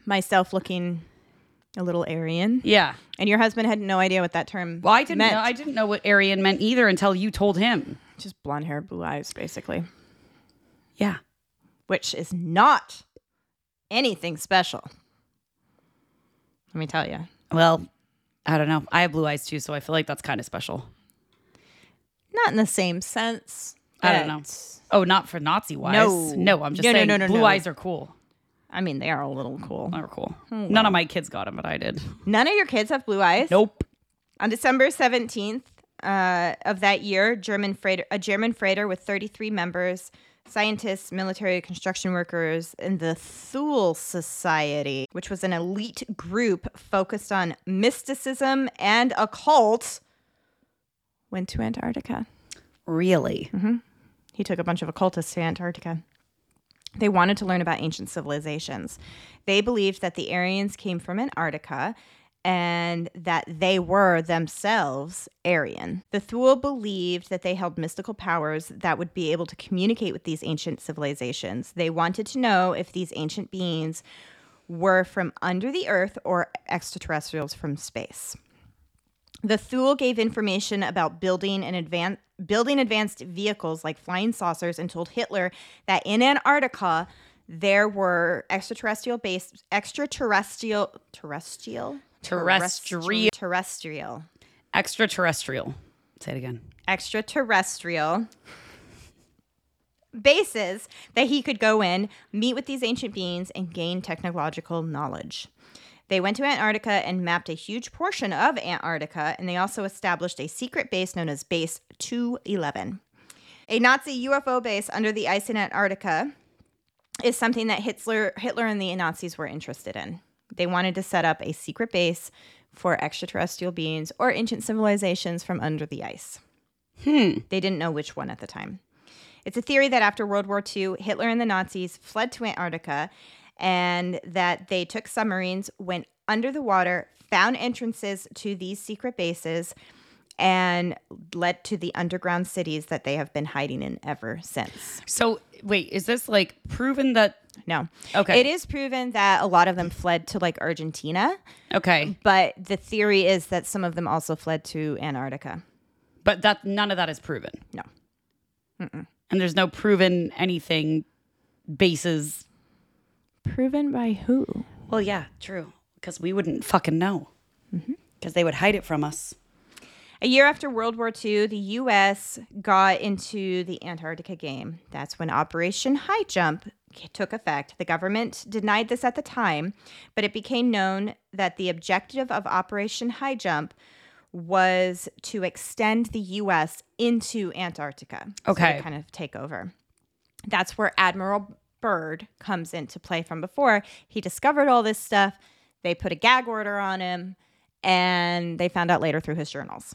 myself looking a little Aryan, Yeah. and your husband had no idea what that term Well, I didn't meant. know. I didn't know what Aryan meant either until you told him. Just blonde hair, blue eyes, basically, Yeah. which is not anything special. Let me tell you. Well, I don't know. I have blue eyes too, so I feel like that's kind of special. Not in the same sense. I don't know. that- Oh, not for Nazi wise. No. No, I'm just No, no, saying no, no, blue no. eyes are cool. I mean, they are a little cool. They're cool. None of my kids got them, but I did. None of your kids have blue eyes. Nope. On December 17th uh, of that year, German freighter, a German freighter with 33 members, scientists, military construction workers, and the Thule Society, which was an elite group focused on mysticism and occult, went to Antarctica. Really? He took a bunch of occultists to Antarctica. They wanted to learn about ancient civilizations. They believed that the Aryans came from Antarctica and that they were themselves Aryan. The Thule believed that they held mystical powers that would be able to communicate with these ancient civilizations. They wanted to know if these ancient beings were from under the earth or extraterrestrials from space. The Thule gave information about building and advan- building advanced vehicles like flying saucers and told Hitler that in Antarctica there were extraterrestrial base extraterrestrial terrestrial Terrestrial. terrestrial Extraterrestrial. Say it again. extraterrestrial bases that he could go in, meet with these ancient beings, and gain technological knowledge. They went to Antarctica and mapped a huge portion of Antarctica, and they also established a secret base known as Base 211. A Nazi UFO base under the ice in Antarctica is something that Hitler, Hitler and the Nazis were interested in. They wanted to set up a secret base for extraterrestrial beings or ancient civilizations from under the ice. They didn't know which one at the time. It's a theory that after World War II, Hitler and the Nazis fled to Antarctica and that they took submarines, went under the water, found entrances to these secret bases, and led to the underground cities that they have been hiding in ever since. So wait, is this like proven that? No. Okay. It is proven that a lot of them fled to like Argentina, Okay, but the theory is that some of them also fled to Antarctica. but that none of that is proven, No. and there's no proven anything bases. Proven by who? Well, yeah, true. Because we wouldn't fucking know. Because they would hide it from us. A year after World War II, the U.S. got into the Antarctica game. That's when Operation High Jump k- took effect. The government denied this at the time, but it became known that the objective of Operation High Jump was to extend the U.S. into Antarctica. So they Okay. kind of take over. That's where Admiral Byrd comes into play from before. He discovered all this stuff. They put a gag order on him, and they found out later through his journals.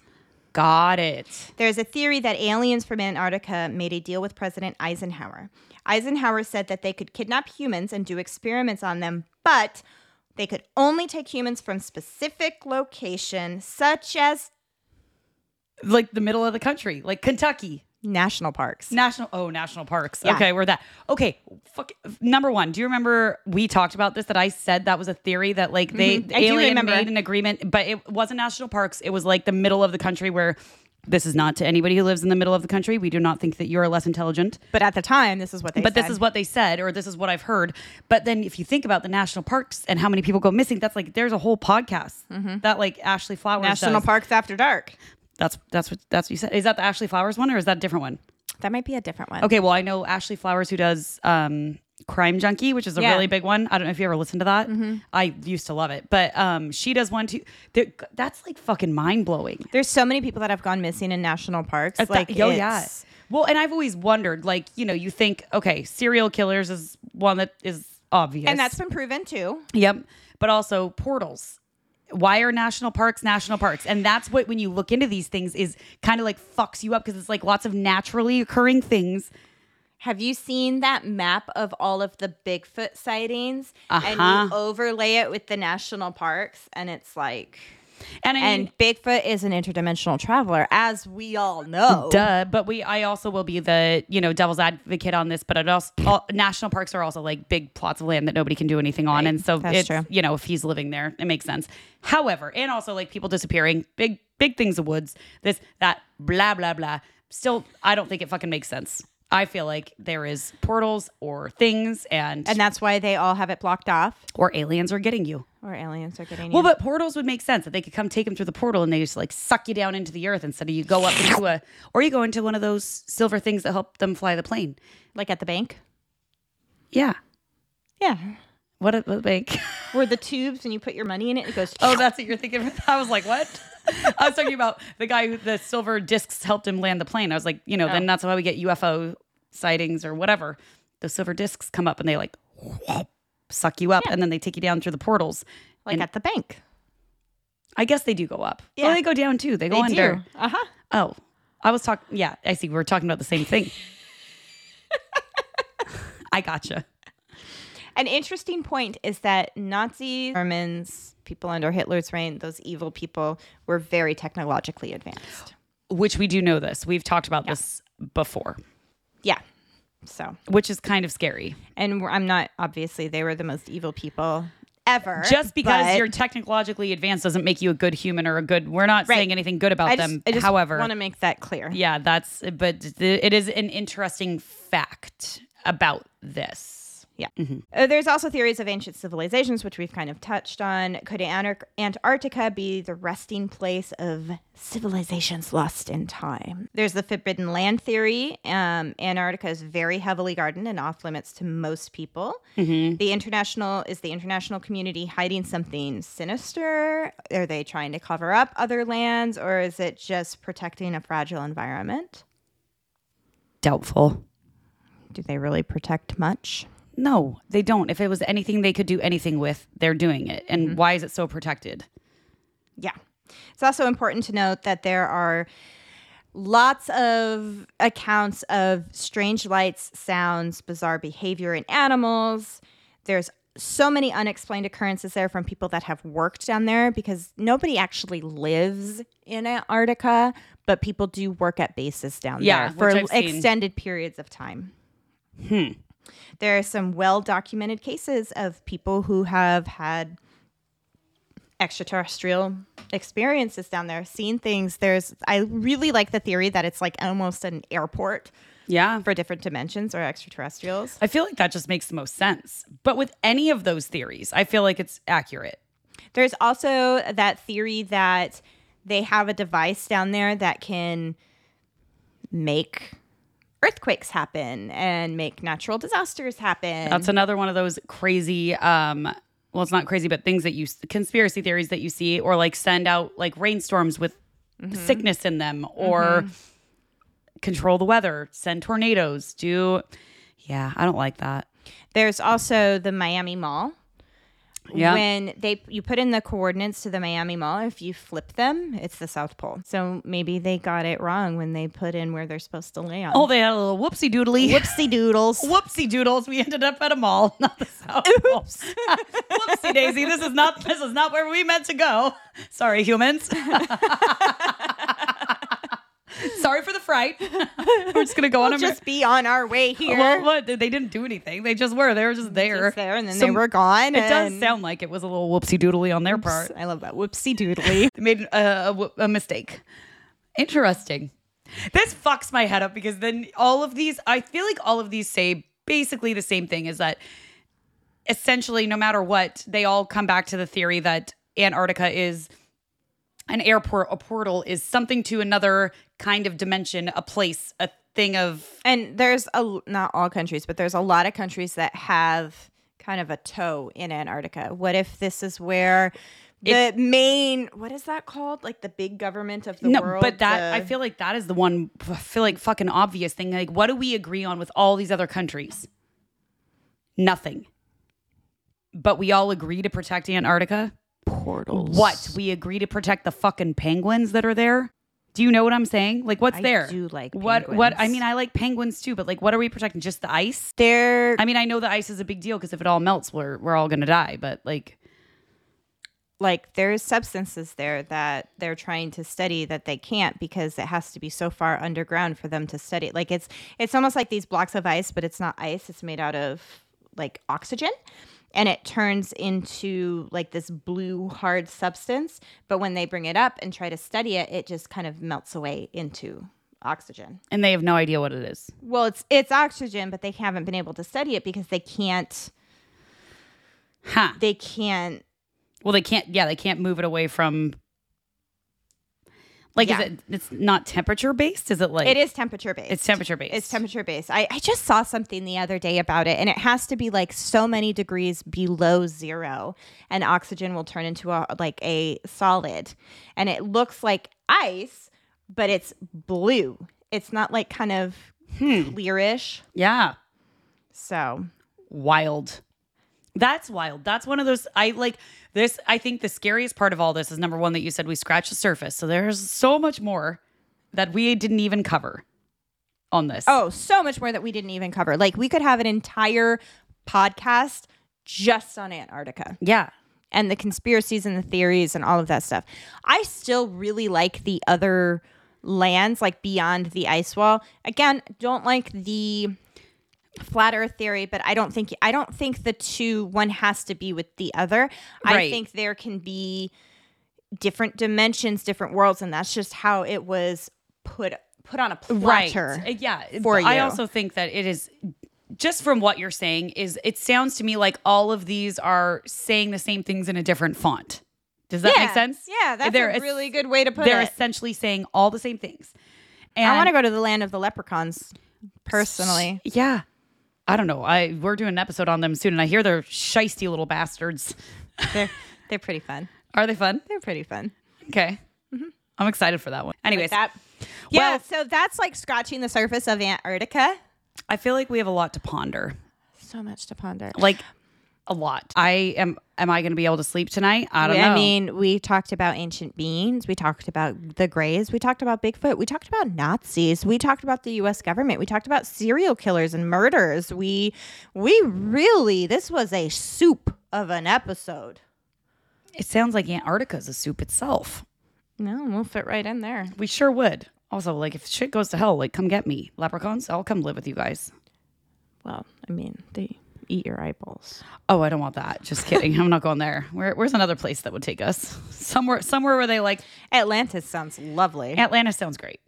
Got it. There's a theory that aliens from Antarctica made a deal with President Eisenhower. Eisenhower said that they could kidnap humans and do experiments on them, but they could only take humans from specific location, such as Like the middle of the country, like Kentucky. National parks. National oh national parks. Yeah. Okay, we're that. Okay, fuck. Number one, do you remember we talked about this that I said that was a theory that like they Mm-hmm. I do alien remember. made an agreement, but it wasn't national parks. It was like the middle of the country where this is not to anybody who lives in the middle of the country. We do not think that you are less intelligent. But at the time, this is what they But said. this is what they said, or this is what I've heard. But then, if you think about the national parks and how many people go missing, that's like there's a whole podcast that like Ashley Flowers Mm-hmm. National does. Parks After Dark. That's that's what that's what you said. Is that the Ashley Flowers one, or is that a different one? That might be a different one. Okay, well, I know Ashley Flowers who does um, Crime Junkie, which is a Yeah. Mm-hmm. really big one. I don't know if you ever listened to that. I used to love it, but um, she does one too. There- That's like fucking mind blowing. There's so many people that have gone missing in national parks. like, oh it's- yeah. Well, and I've always wondered, like you know, you think okay, serial killers is one that is obvious, And that's been proven too. Yep. But also portals. Why are national parks national parks? And that's what when you look into these things is kind of like fucks you up because it's like lots of naturally occurring things. Have you seen that map of all of the Bigfoot sightings? And Uh-huh. you overlay it with the national parks, and it's like. And I mean, And Bigfoot is an interdimensional traveler, as we all know. duh. But we, I also will be the you know devil's advocate on this. But it also all, national parks are also like big plots of land that nobody can do anything on, and so That's it's true. you know if he's living there, it makes sense. However, and also like people disappearing, big big things of woods, this that blah blah blah. Still, I don't think it fucking makes sense. I feel like there is portals or things and, And that's why they all have it blocked off, or aliens are getting you. or aliens are getting you. Well, but portals would make sense that they could come take them through the portal and they just like suck you down into the earth instead of you go up into a or you go into one of those silver things that help them fly the plane. like at the bank. Yeah. Yeah. What at the bank? Where the tubes, and you put your money in it, it goes. Oh, that's what you're thinking. I was like, what? I was talking about the guy who the silver discs helped him land the plane. I was like, you know, then that's why we get UFO sightings or whatever. The silver discs come up and they like whoop, suck you up and then they take you down through the portals. like at the bank. I guess they do go up. Yeah. Yeah. Well, they go down too. They go under. Uh huh. Oh, I was talking. Yeah, I see. We were talking about the same thing. I gotcha. An interesting point is that Nazi Germans, people under Hitler's reign, those evil people were very technologically advanced. Which we do know this. We've talked about this before, Yeah. So, which is kind of scary. and we're- I'm not obviously they were the most evil people ever. Just because but you're technologically advanced doesn't make you a good human or a good. We're not saying anything good about I just, them. I just However, want to make that clear. yeah, that's. But th- it is an interesting fact about this. Yeah. Uh, there's also theories of ancient civilizations, which we've kind of touched on. Could Anar- Antarctica be the resting place of civilizations lost in time? There's the Forbidden Land theory. Um, Antarctica is very heavily gardened and off limits to most people. The international is the international community hiding something sinister? Are they trying to cover up other lands, or is it just protecting a fragile environment? Doubtful. Do they really protect much? No, they don't. If it was anything they could do anything with, they're doing it. And Mm-hmm. why is it so protected? Yeah. It's also important to note that there are lots of accounts of strange lights, sounds, bizarre behavior in animals. There's so many unexplained occurrences there from people that have worked down there because nobody actually lives in Antarctica, but people do work at bases down Yeah, there for which I've seen. extended periods of time. Hmm. There are some well documented cases of people who have had extraterrestrial experiences down there, seeing things. There's, I really like the theory that it's like almost an airport Yeah. for different dimensions or extraterrestrials. I feel like that just makes the most sense. But with any of those theories, I feel like it's accurate. There's also that theory that they have a device down there that can make earthquakes happen and make natural disasters happen. That's another one of those crazy um well, it's not crazy, but things that you conspiracy theories that you see or like send out like rainstorms with sickness in them or control the weather, send tornadoes, do Yeah, I don't like that. There's also the Miami Mall. Yeah. When they you put in the coordinates to the Miami Mall, if you flip them, it's the South Pole. So maybe they got it wrong when they put in where they're supposed to land. Oh, they had a little whoopsie doodly. whoopsie doodles. Whoopsie doodles. We ended up at a mall, not the South. Pole. Whoopsie daisy. This is not this is not where we meant to go. Sorry, humans. Sorry for the fright. We're just gonna go on We'll a just be on our way here. Well, what they didn't do anything. They just were. They were just there. Just there, and then they Some- were gone. It does and- sound like it was a little whoopsie doodly on their part. I love that. Whoopsie doodly. They made uh, a, a, whoop- a mistake. Interesting. This fucks my head up because then all of these, I feel like all of these say basically the same thing is that essentially, no matter what, they all come back to the theory that Antarctica is an airport, a portal is something to another kind of dimension, a place, a thing of and there's a not all countries, but there's a lot of countries that have kind of a toe in Antarctica. What if this is where the main what is that called? Like the big government of the no, world. but that I the- feel like that is the one I feel like fucking obvious thing. Like, what do we agree on with all these other countries? Nothing. But we all agree to protect Antarctica. portals. What? We agree to protect the fucking penguins that are there. Do you know what I'm saying? Like, what's I there? do like what? What? I penguins. mean, I like penguins too, but like, what are we protecting? Just the ice? There I mean, I know the ice is a big deal because if it all melts, we're we're all gonna die. But like, like there's substances there that they're trying to study that they can't because it has to be so far underground for them to study. Like it's it's almost like these blocks of ice, but it's not ice. It's made out of like oxygen and it turns into like this blue hard substance, but when they bring it up and try to study it, it just kind of melts away into oxygen. and they have no idea what it is. Well, it's it's oxygen, but they haven't been able to study it because they can't Huh? they can't Well, they can't. Yeah, they can't move it away from. Like, Yeah. is it? It's not temperature based. Is it like? it is temperature based. It's temperature based. It's temperature based. I, I just saw something the other day about it, and it has to be like so many degrees below zero, and oxygen will turn into a like a solid, and it looks like ice, but it's blue. It's not like kind of clearish. Yeah. So Wild. That's wild. That's one of those. I like this. I think the scariest part of all this is number one that you said we scratched the surface. So there's so much more that we didn't even cover on this. oh, so much more that we didn't even cover. Like we could have an entire podcast just on Antarctica. yeah. and the conspiracies and the theories and all of that stuff. I still really like the other lands, like beyond the ice wall. Again, don't like the flat earth theory, but I don't think I don't think the two one has to be with the other. I Right. think there can be different dimensions, different worlds, and that's just how it was put put on a platter. Right. Uh, Yeah. for But I you. also think that it is just from what you're saying is it sounds to me like all of these are saying the same things in a different font. Does that make sense? Yeah, that's They're a es- really good way to put They're it. essentially saying all the same things. And I want to go to the land of the leprechauns personally. Yeah. I don't know. I we're doing an episode on them soon and I hear they're shisty little bastards. they're they're pretty fun. Are they fun? They're pretty fun. Okay. I'm excited for that one. Anyways, Mm-hmm. that. Yeah, so that's like scratching the surface of Antarctica. I feel like we have a lot to ponder. So much to ponder. Like a lot. I am am I going to be able to sleep tonight? I don't know. I mean, we talked about ancient beings. We talked about the Greys. We talked about Bigfoot. We talked about Nazis. We talked about the U.S. government. We talked about serial killers and murders. We, we really, this was a soup of an episode. It sounds like Antarctica's a soup itself. No, we'll fit right in there. We sure would. Also, like if shit goes to hell, like come get me, leprechauns. I'll come live with you guys. Well, I mean, they eat your eyeballs. Oh, I don't want that. Just kidding. I'm not going there. Where, where's another place that would take us? Somewhere, somewhere where they like Atlantis sounds lovely. Atlanta sounds great.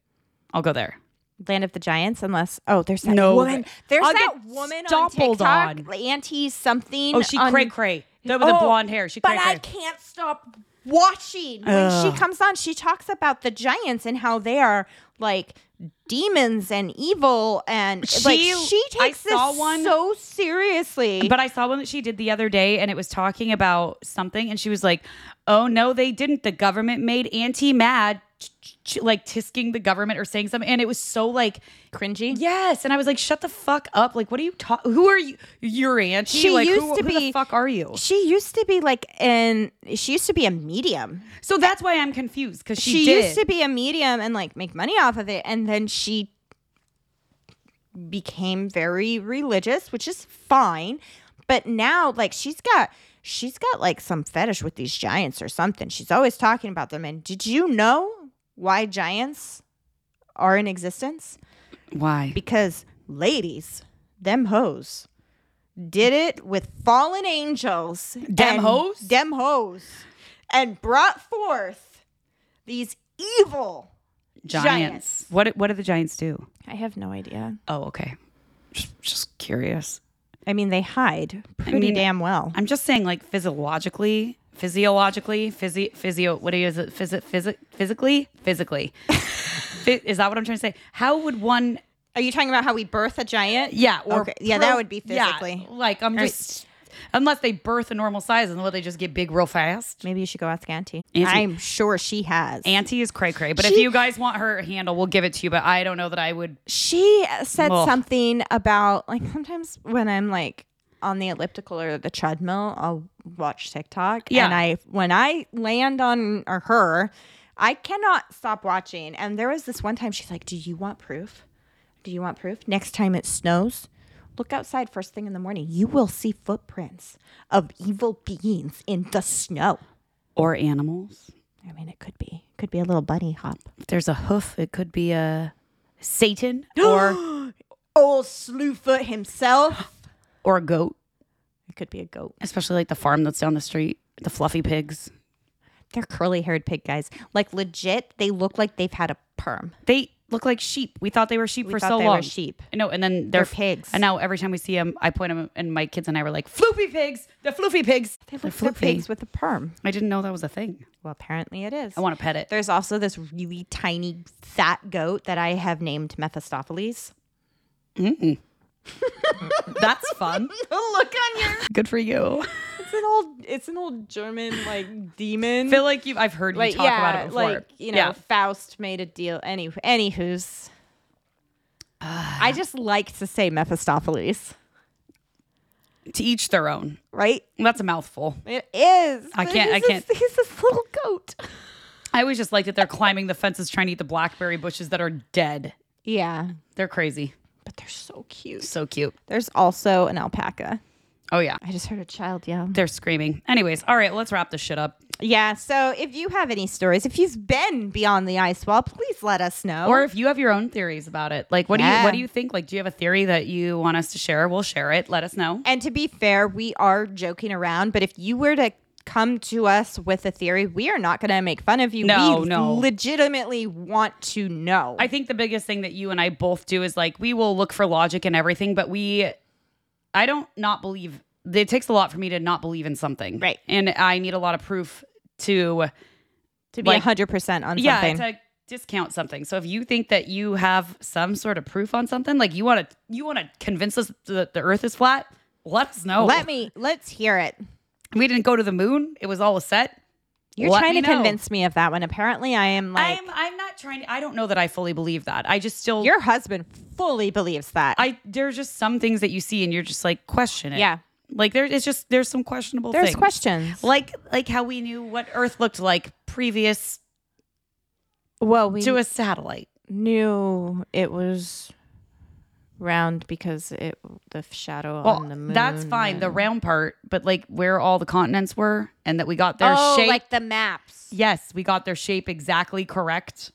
I'll go there. Land of the Giants, unless oh, there's that No. woman. There's I'll that get woman on stompled TikTok, on. Auntie something. Oh, she on, cray cray. The, with the Oh, blonde hair. She cray But I cray. can't stop watching when she comes on. She talks about the Giants and how they are like demons and evil, and like She- she I takes saw this one- so seriously. But I saw one that she did the other day, and it was talking about something, and she was like, "Oh no, they didn't. The government made anti mad." Like tisking the government or saying something, and it was so like cringy. Yes, and I was like, "Shut the fuck up!" Like, what are you talking? Who are you? Your auntie? She like, who- used to who be- The fuck are you? She used to be like an. She used to be a medium. So that's why I'm confused because she, she did. used to be a medium and like make money off of it and then she became very religious which is fine but now like she's got she's got like some fetish with these giants or something she's always talking about them and did you know why giants are in existence Why? because ladies, them hoes, did it with fallen angels. Dem and- hoes? Dem hoes. And brought forth these evil. giants. Giants. What what do the giants do? I have no idea. Oh, okay. Just, just curious. I mean, they hide pretty mean- damn well. I'm just saying, like physiologically, physiologically, physi physio. What is it? Physi- physi- physically, physically. Phy- is that what I'm trying to say? How would one? Are you talking about how we birth a giant? Yeah. Or Okay, yeah, that would be physically. like I'm right. just. Unless they birth a normal size, and will they just get big real fast? Maybe you should go ask Auntie. Auntie. I'm sure she has. Auntie is cray cray, but if you guys want her handle, we'll give it to you. But I don't know that I would. she said Ugh. something about like sometimes when I'm like on the elliptical or the treadmill, I'll watch TikTok. Yeah. And I when I land on or her, I cannot stop watching. And there was this one time she's like, Do you want proof? Do you want proof? Next time it snows, look outside first thing in the morning. You will see footprints of evil beings in the snow. Or animals. I mean, it could be. Could be a little bunny hop. If there's a hoof, it could be a Satan or Old Slewfoot himself. or a goat. It could be a goat. especially like the farm that's down the street, the fluffy pigs. They're curly haired pig guys. Like legit, they look like they've had a perm. They look like sheep. We thought they were sheep We for thought so they long. were sheep. I know, and then They're they're, pigs. And now every time we see them, I point them, and my kids and I were like, "Floofy pigs! They're floofy pigs! They look like pigs with a perm. I didn't know that was a thing. Well, apparently it is. I want to pet it. There's also this really tiny fat goat that I have named Mephistopheles. That's fun. look on your Good for you. It's an old it's an old German like demon. I feel like you. I've heard you like, talk yeah, about it before. like you know, Yeah. Faust made a deal. Any anywho's Ah. I just like to say Mephistopheles, to each their own. right? That's a mouthful. It is. I can't- I He's this- can't- He's this little goat. I always just like that they're climbing the fences trying to eat the blackberry bushes that are dead. Yeah, They're crazy. but they're so cute. So cute. There's also an alpaca. Oh yeah. I just heard a child yell. They're screaming. Anyways, all right, let's wrap this shit up. Yeah, so if you have any stories, if you've been beyond the ice wall, please let us know. or if you have your own theories about it like what do Yeah. you what do you think like do you have a theory that you want us to share we'll share it let us know and to be fair, we are joking around, but if you were to come to us with a theory, we are not going to make fun of you. No, we no. legitimately want to know. i think the biggest thing that you and i both do is like we will look for logic and everything but we i don't not believe it takes a lot for me to not believe in something Right. and i need a lot of proof to to be like- 100% on yeah something. to discount something so if you think that you have some sort of proof on something like you want to you want to convince us that the earth is flat let us know Let me let's hear it. we didn't go to the moon it was all a set You're Let trying me to know. convince me of that one. Apparently, I am like I'm I'm not trying to I don't know that I fully believe that. I just still your husband fully believes that. I there's just some things that you see and you're just like question it. Yeah. Like there it's just there's some questionable There's things. questions. Like like how we knew what Earth looked like previous Well, we to a satellite. knew it was round because it the shadow Well, on the moon. that's fine, the round part, but like where all the continents were and that we got their oh, shape. like the maps. yes, we got their shape exactly correct.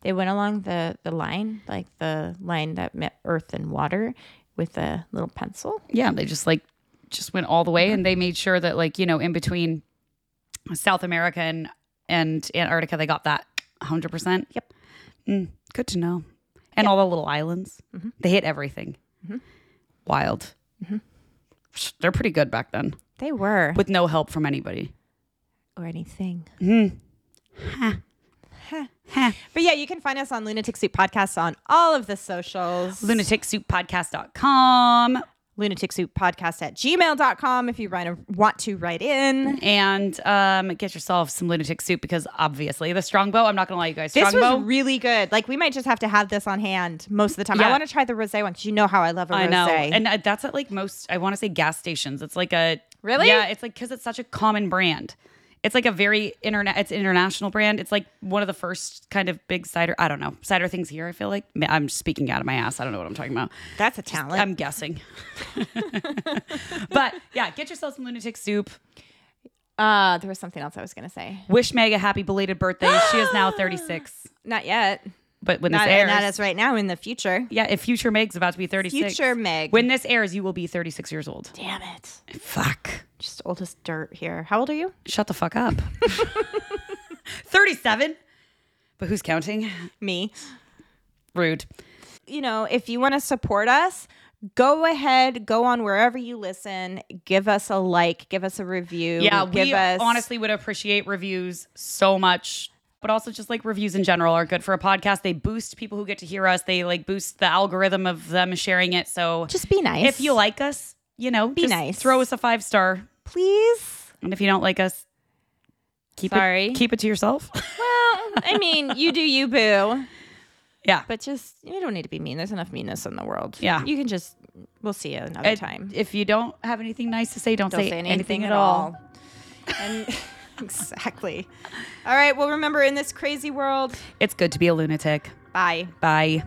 They went along the the line, like the line that met Earth and water, with a little pencil. yeah, they just like just went all the way and they made sure that like, you know, in between South America and, and Antarctica, they got that 100%. Yep. Mm, good to know. And all the little islands. Mm-hmm. They hit everything. Wild. Psh, They're pretty good back then They were with no help from anybody. or anything. Mm. Hmm. But yeah, you can find us on Lunatic Soup Podcast on all of the socials. LunaticSoupPodcast.com. Lunatic Soup Podcast at gmail.com if you write- want to write in. And um, get yourself some lunatic soup because obviously the strongbow. I'm not gonna lie, you guys. This Strongbow, was really good. Like we might just have to have this on hand most of the time. I Yeah. want to try the rosé one because you know how I love a I rosé. know, and uh, that's at like most. I want to say gas stations. It's like a Really? yeah. It's like because it's such a common brand. It's like a very internet. It's an international brand. It's like one of the first kind of big cider. I don't know cider things here. I feel like Ma- I'm speaking out of my ass. I don't know what I'm talking about. That's a talent. I'm guessing. but yeah, get yourself some lunatic soup. uh, there was something else I was gonna say. Wish Meg a happy belated birthday. she is now 36. Not yet. but when Not, this airs, not as right now, in the future. yeah, if future Meg's about to be 36. Future Meg. When this airs, you will be 36 years old. Damn it. Fuck. Just old as dirt here. How old are you? Shut the fuck up. 37? But who's counting? Me. Rude. you know, if you want to support us, go ahead, go on wherever you listen, give us a like, give us a review. Yeah, give we us honestly would appreciate reviews so much. But also just like reviews in general are good for a podcast. They boost people who get to hear us. They like boost the algorithm of them sharing it. So just be nice. if you like us, you know, be nice. Throw us a five star. please. And if you don't like us, keep Sorry. it keep it to yourself. Well, I mean, you do you boo. yeah. But just you don't need to be mean. There's enough meanness in the world. Yeah. You can just we'll see you another And time. If you don't have anything nice to say, don't, Don't say, anything, at all. And exactly. All right. Well remember in this crazy world, It's good to be a lunatic. bye. Bye.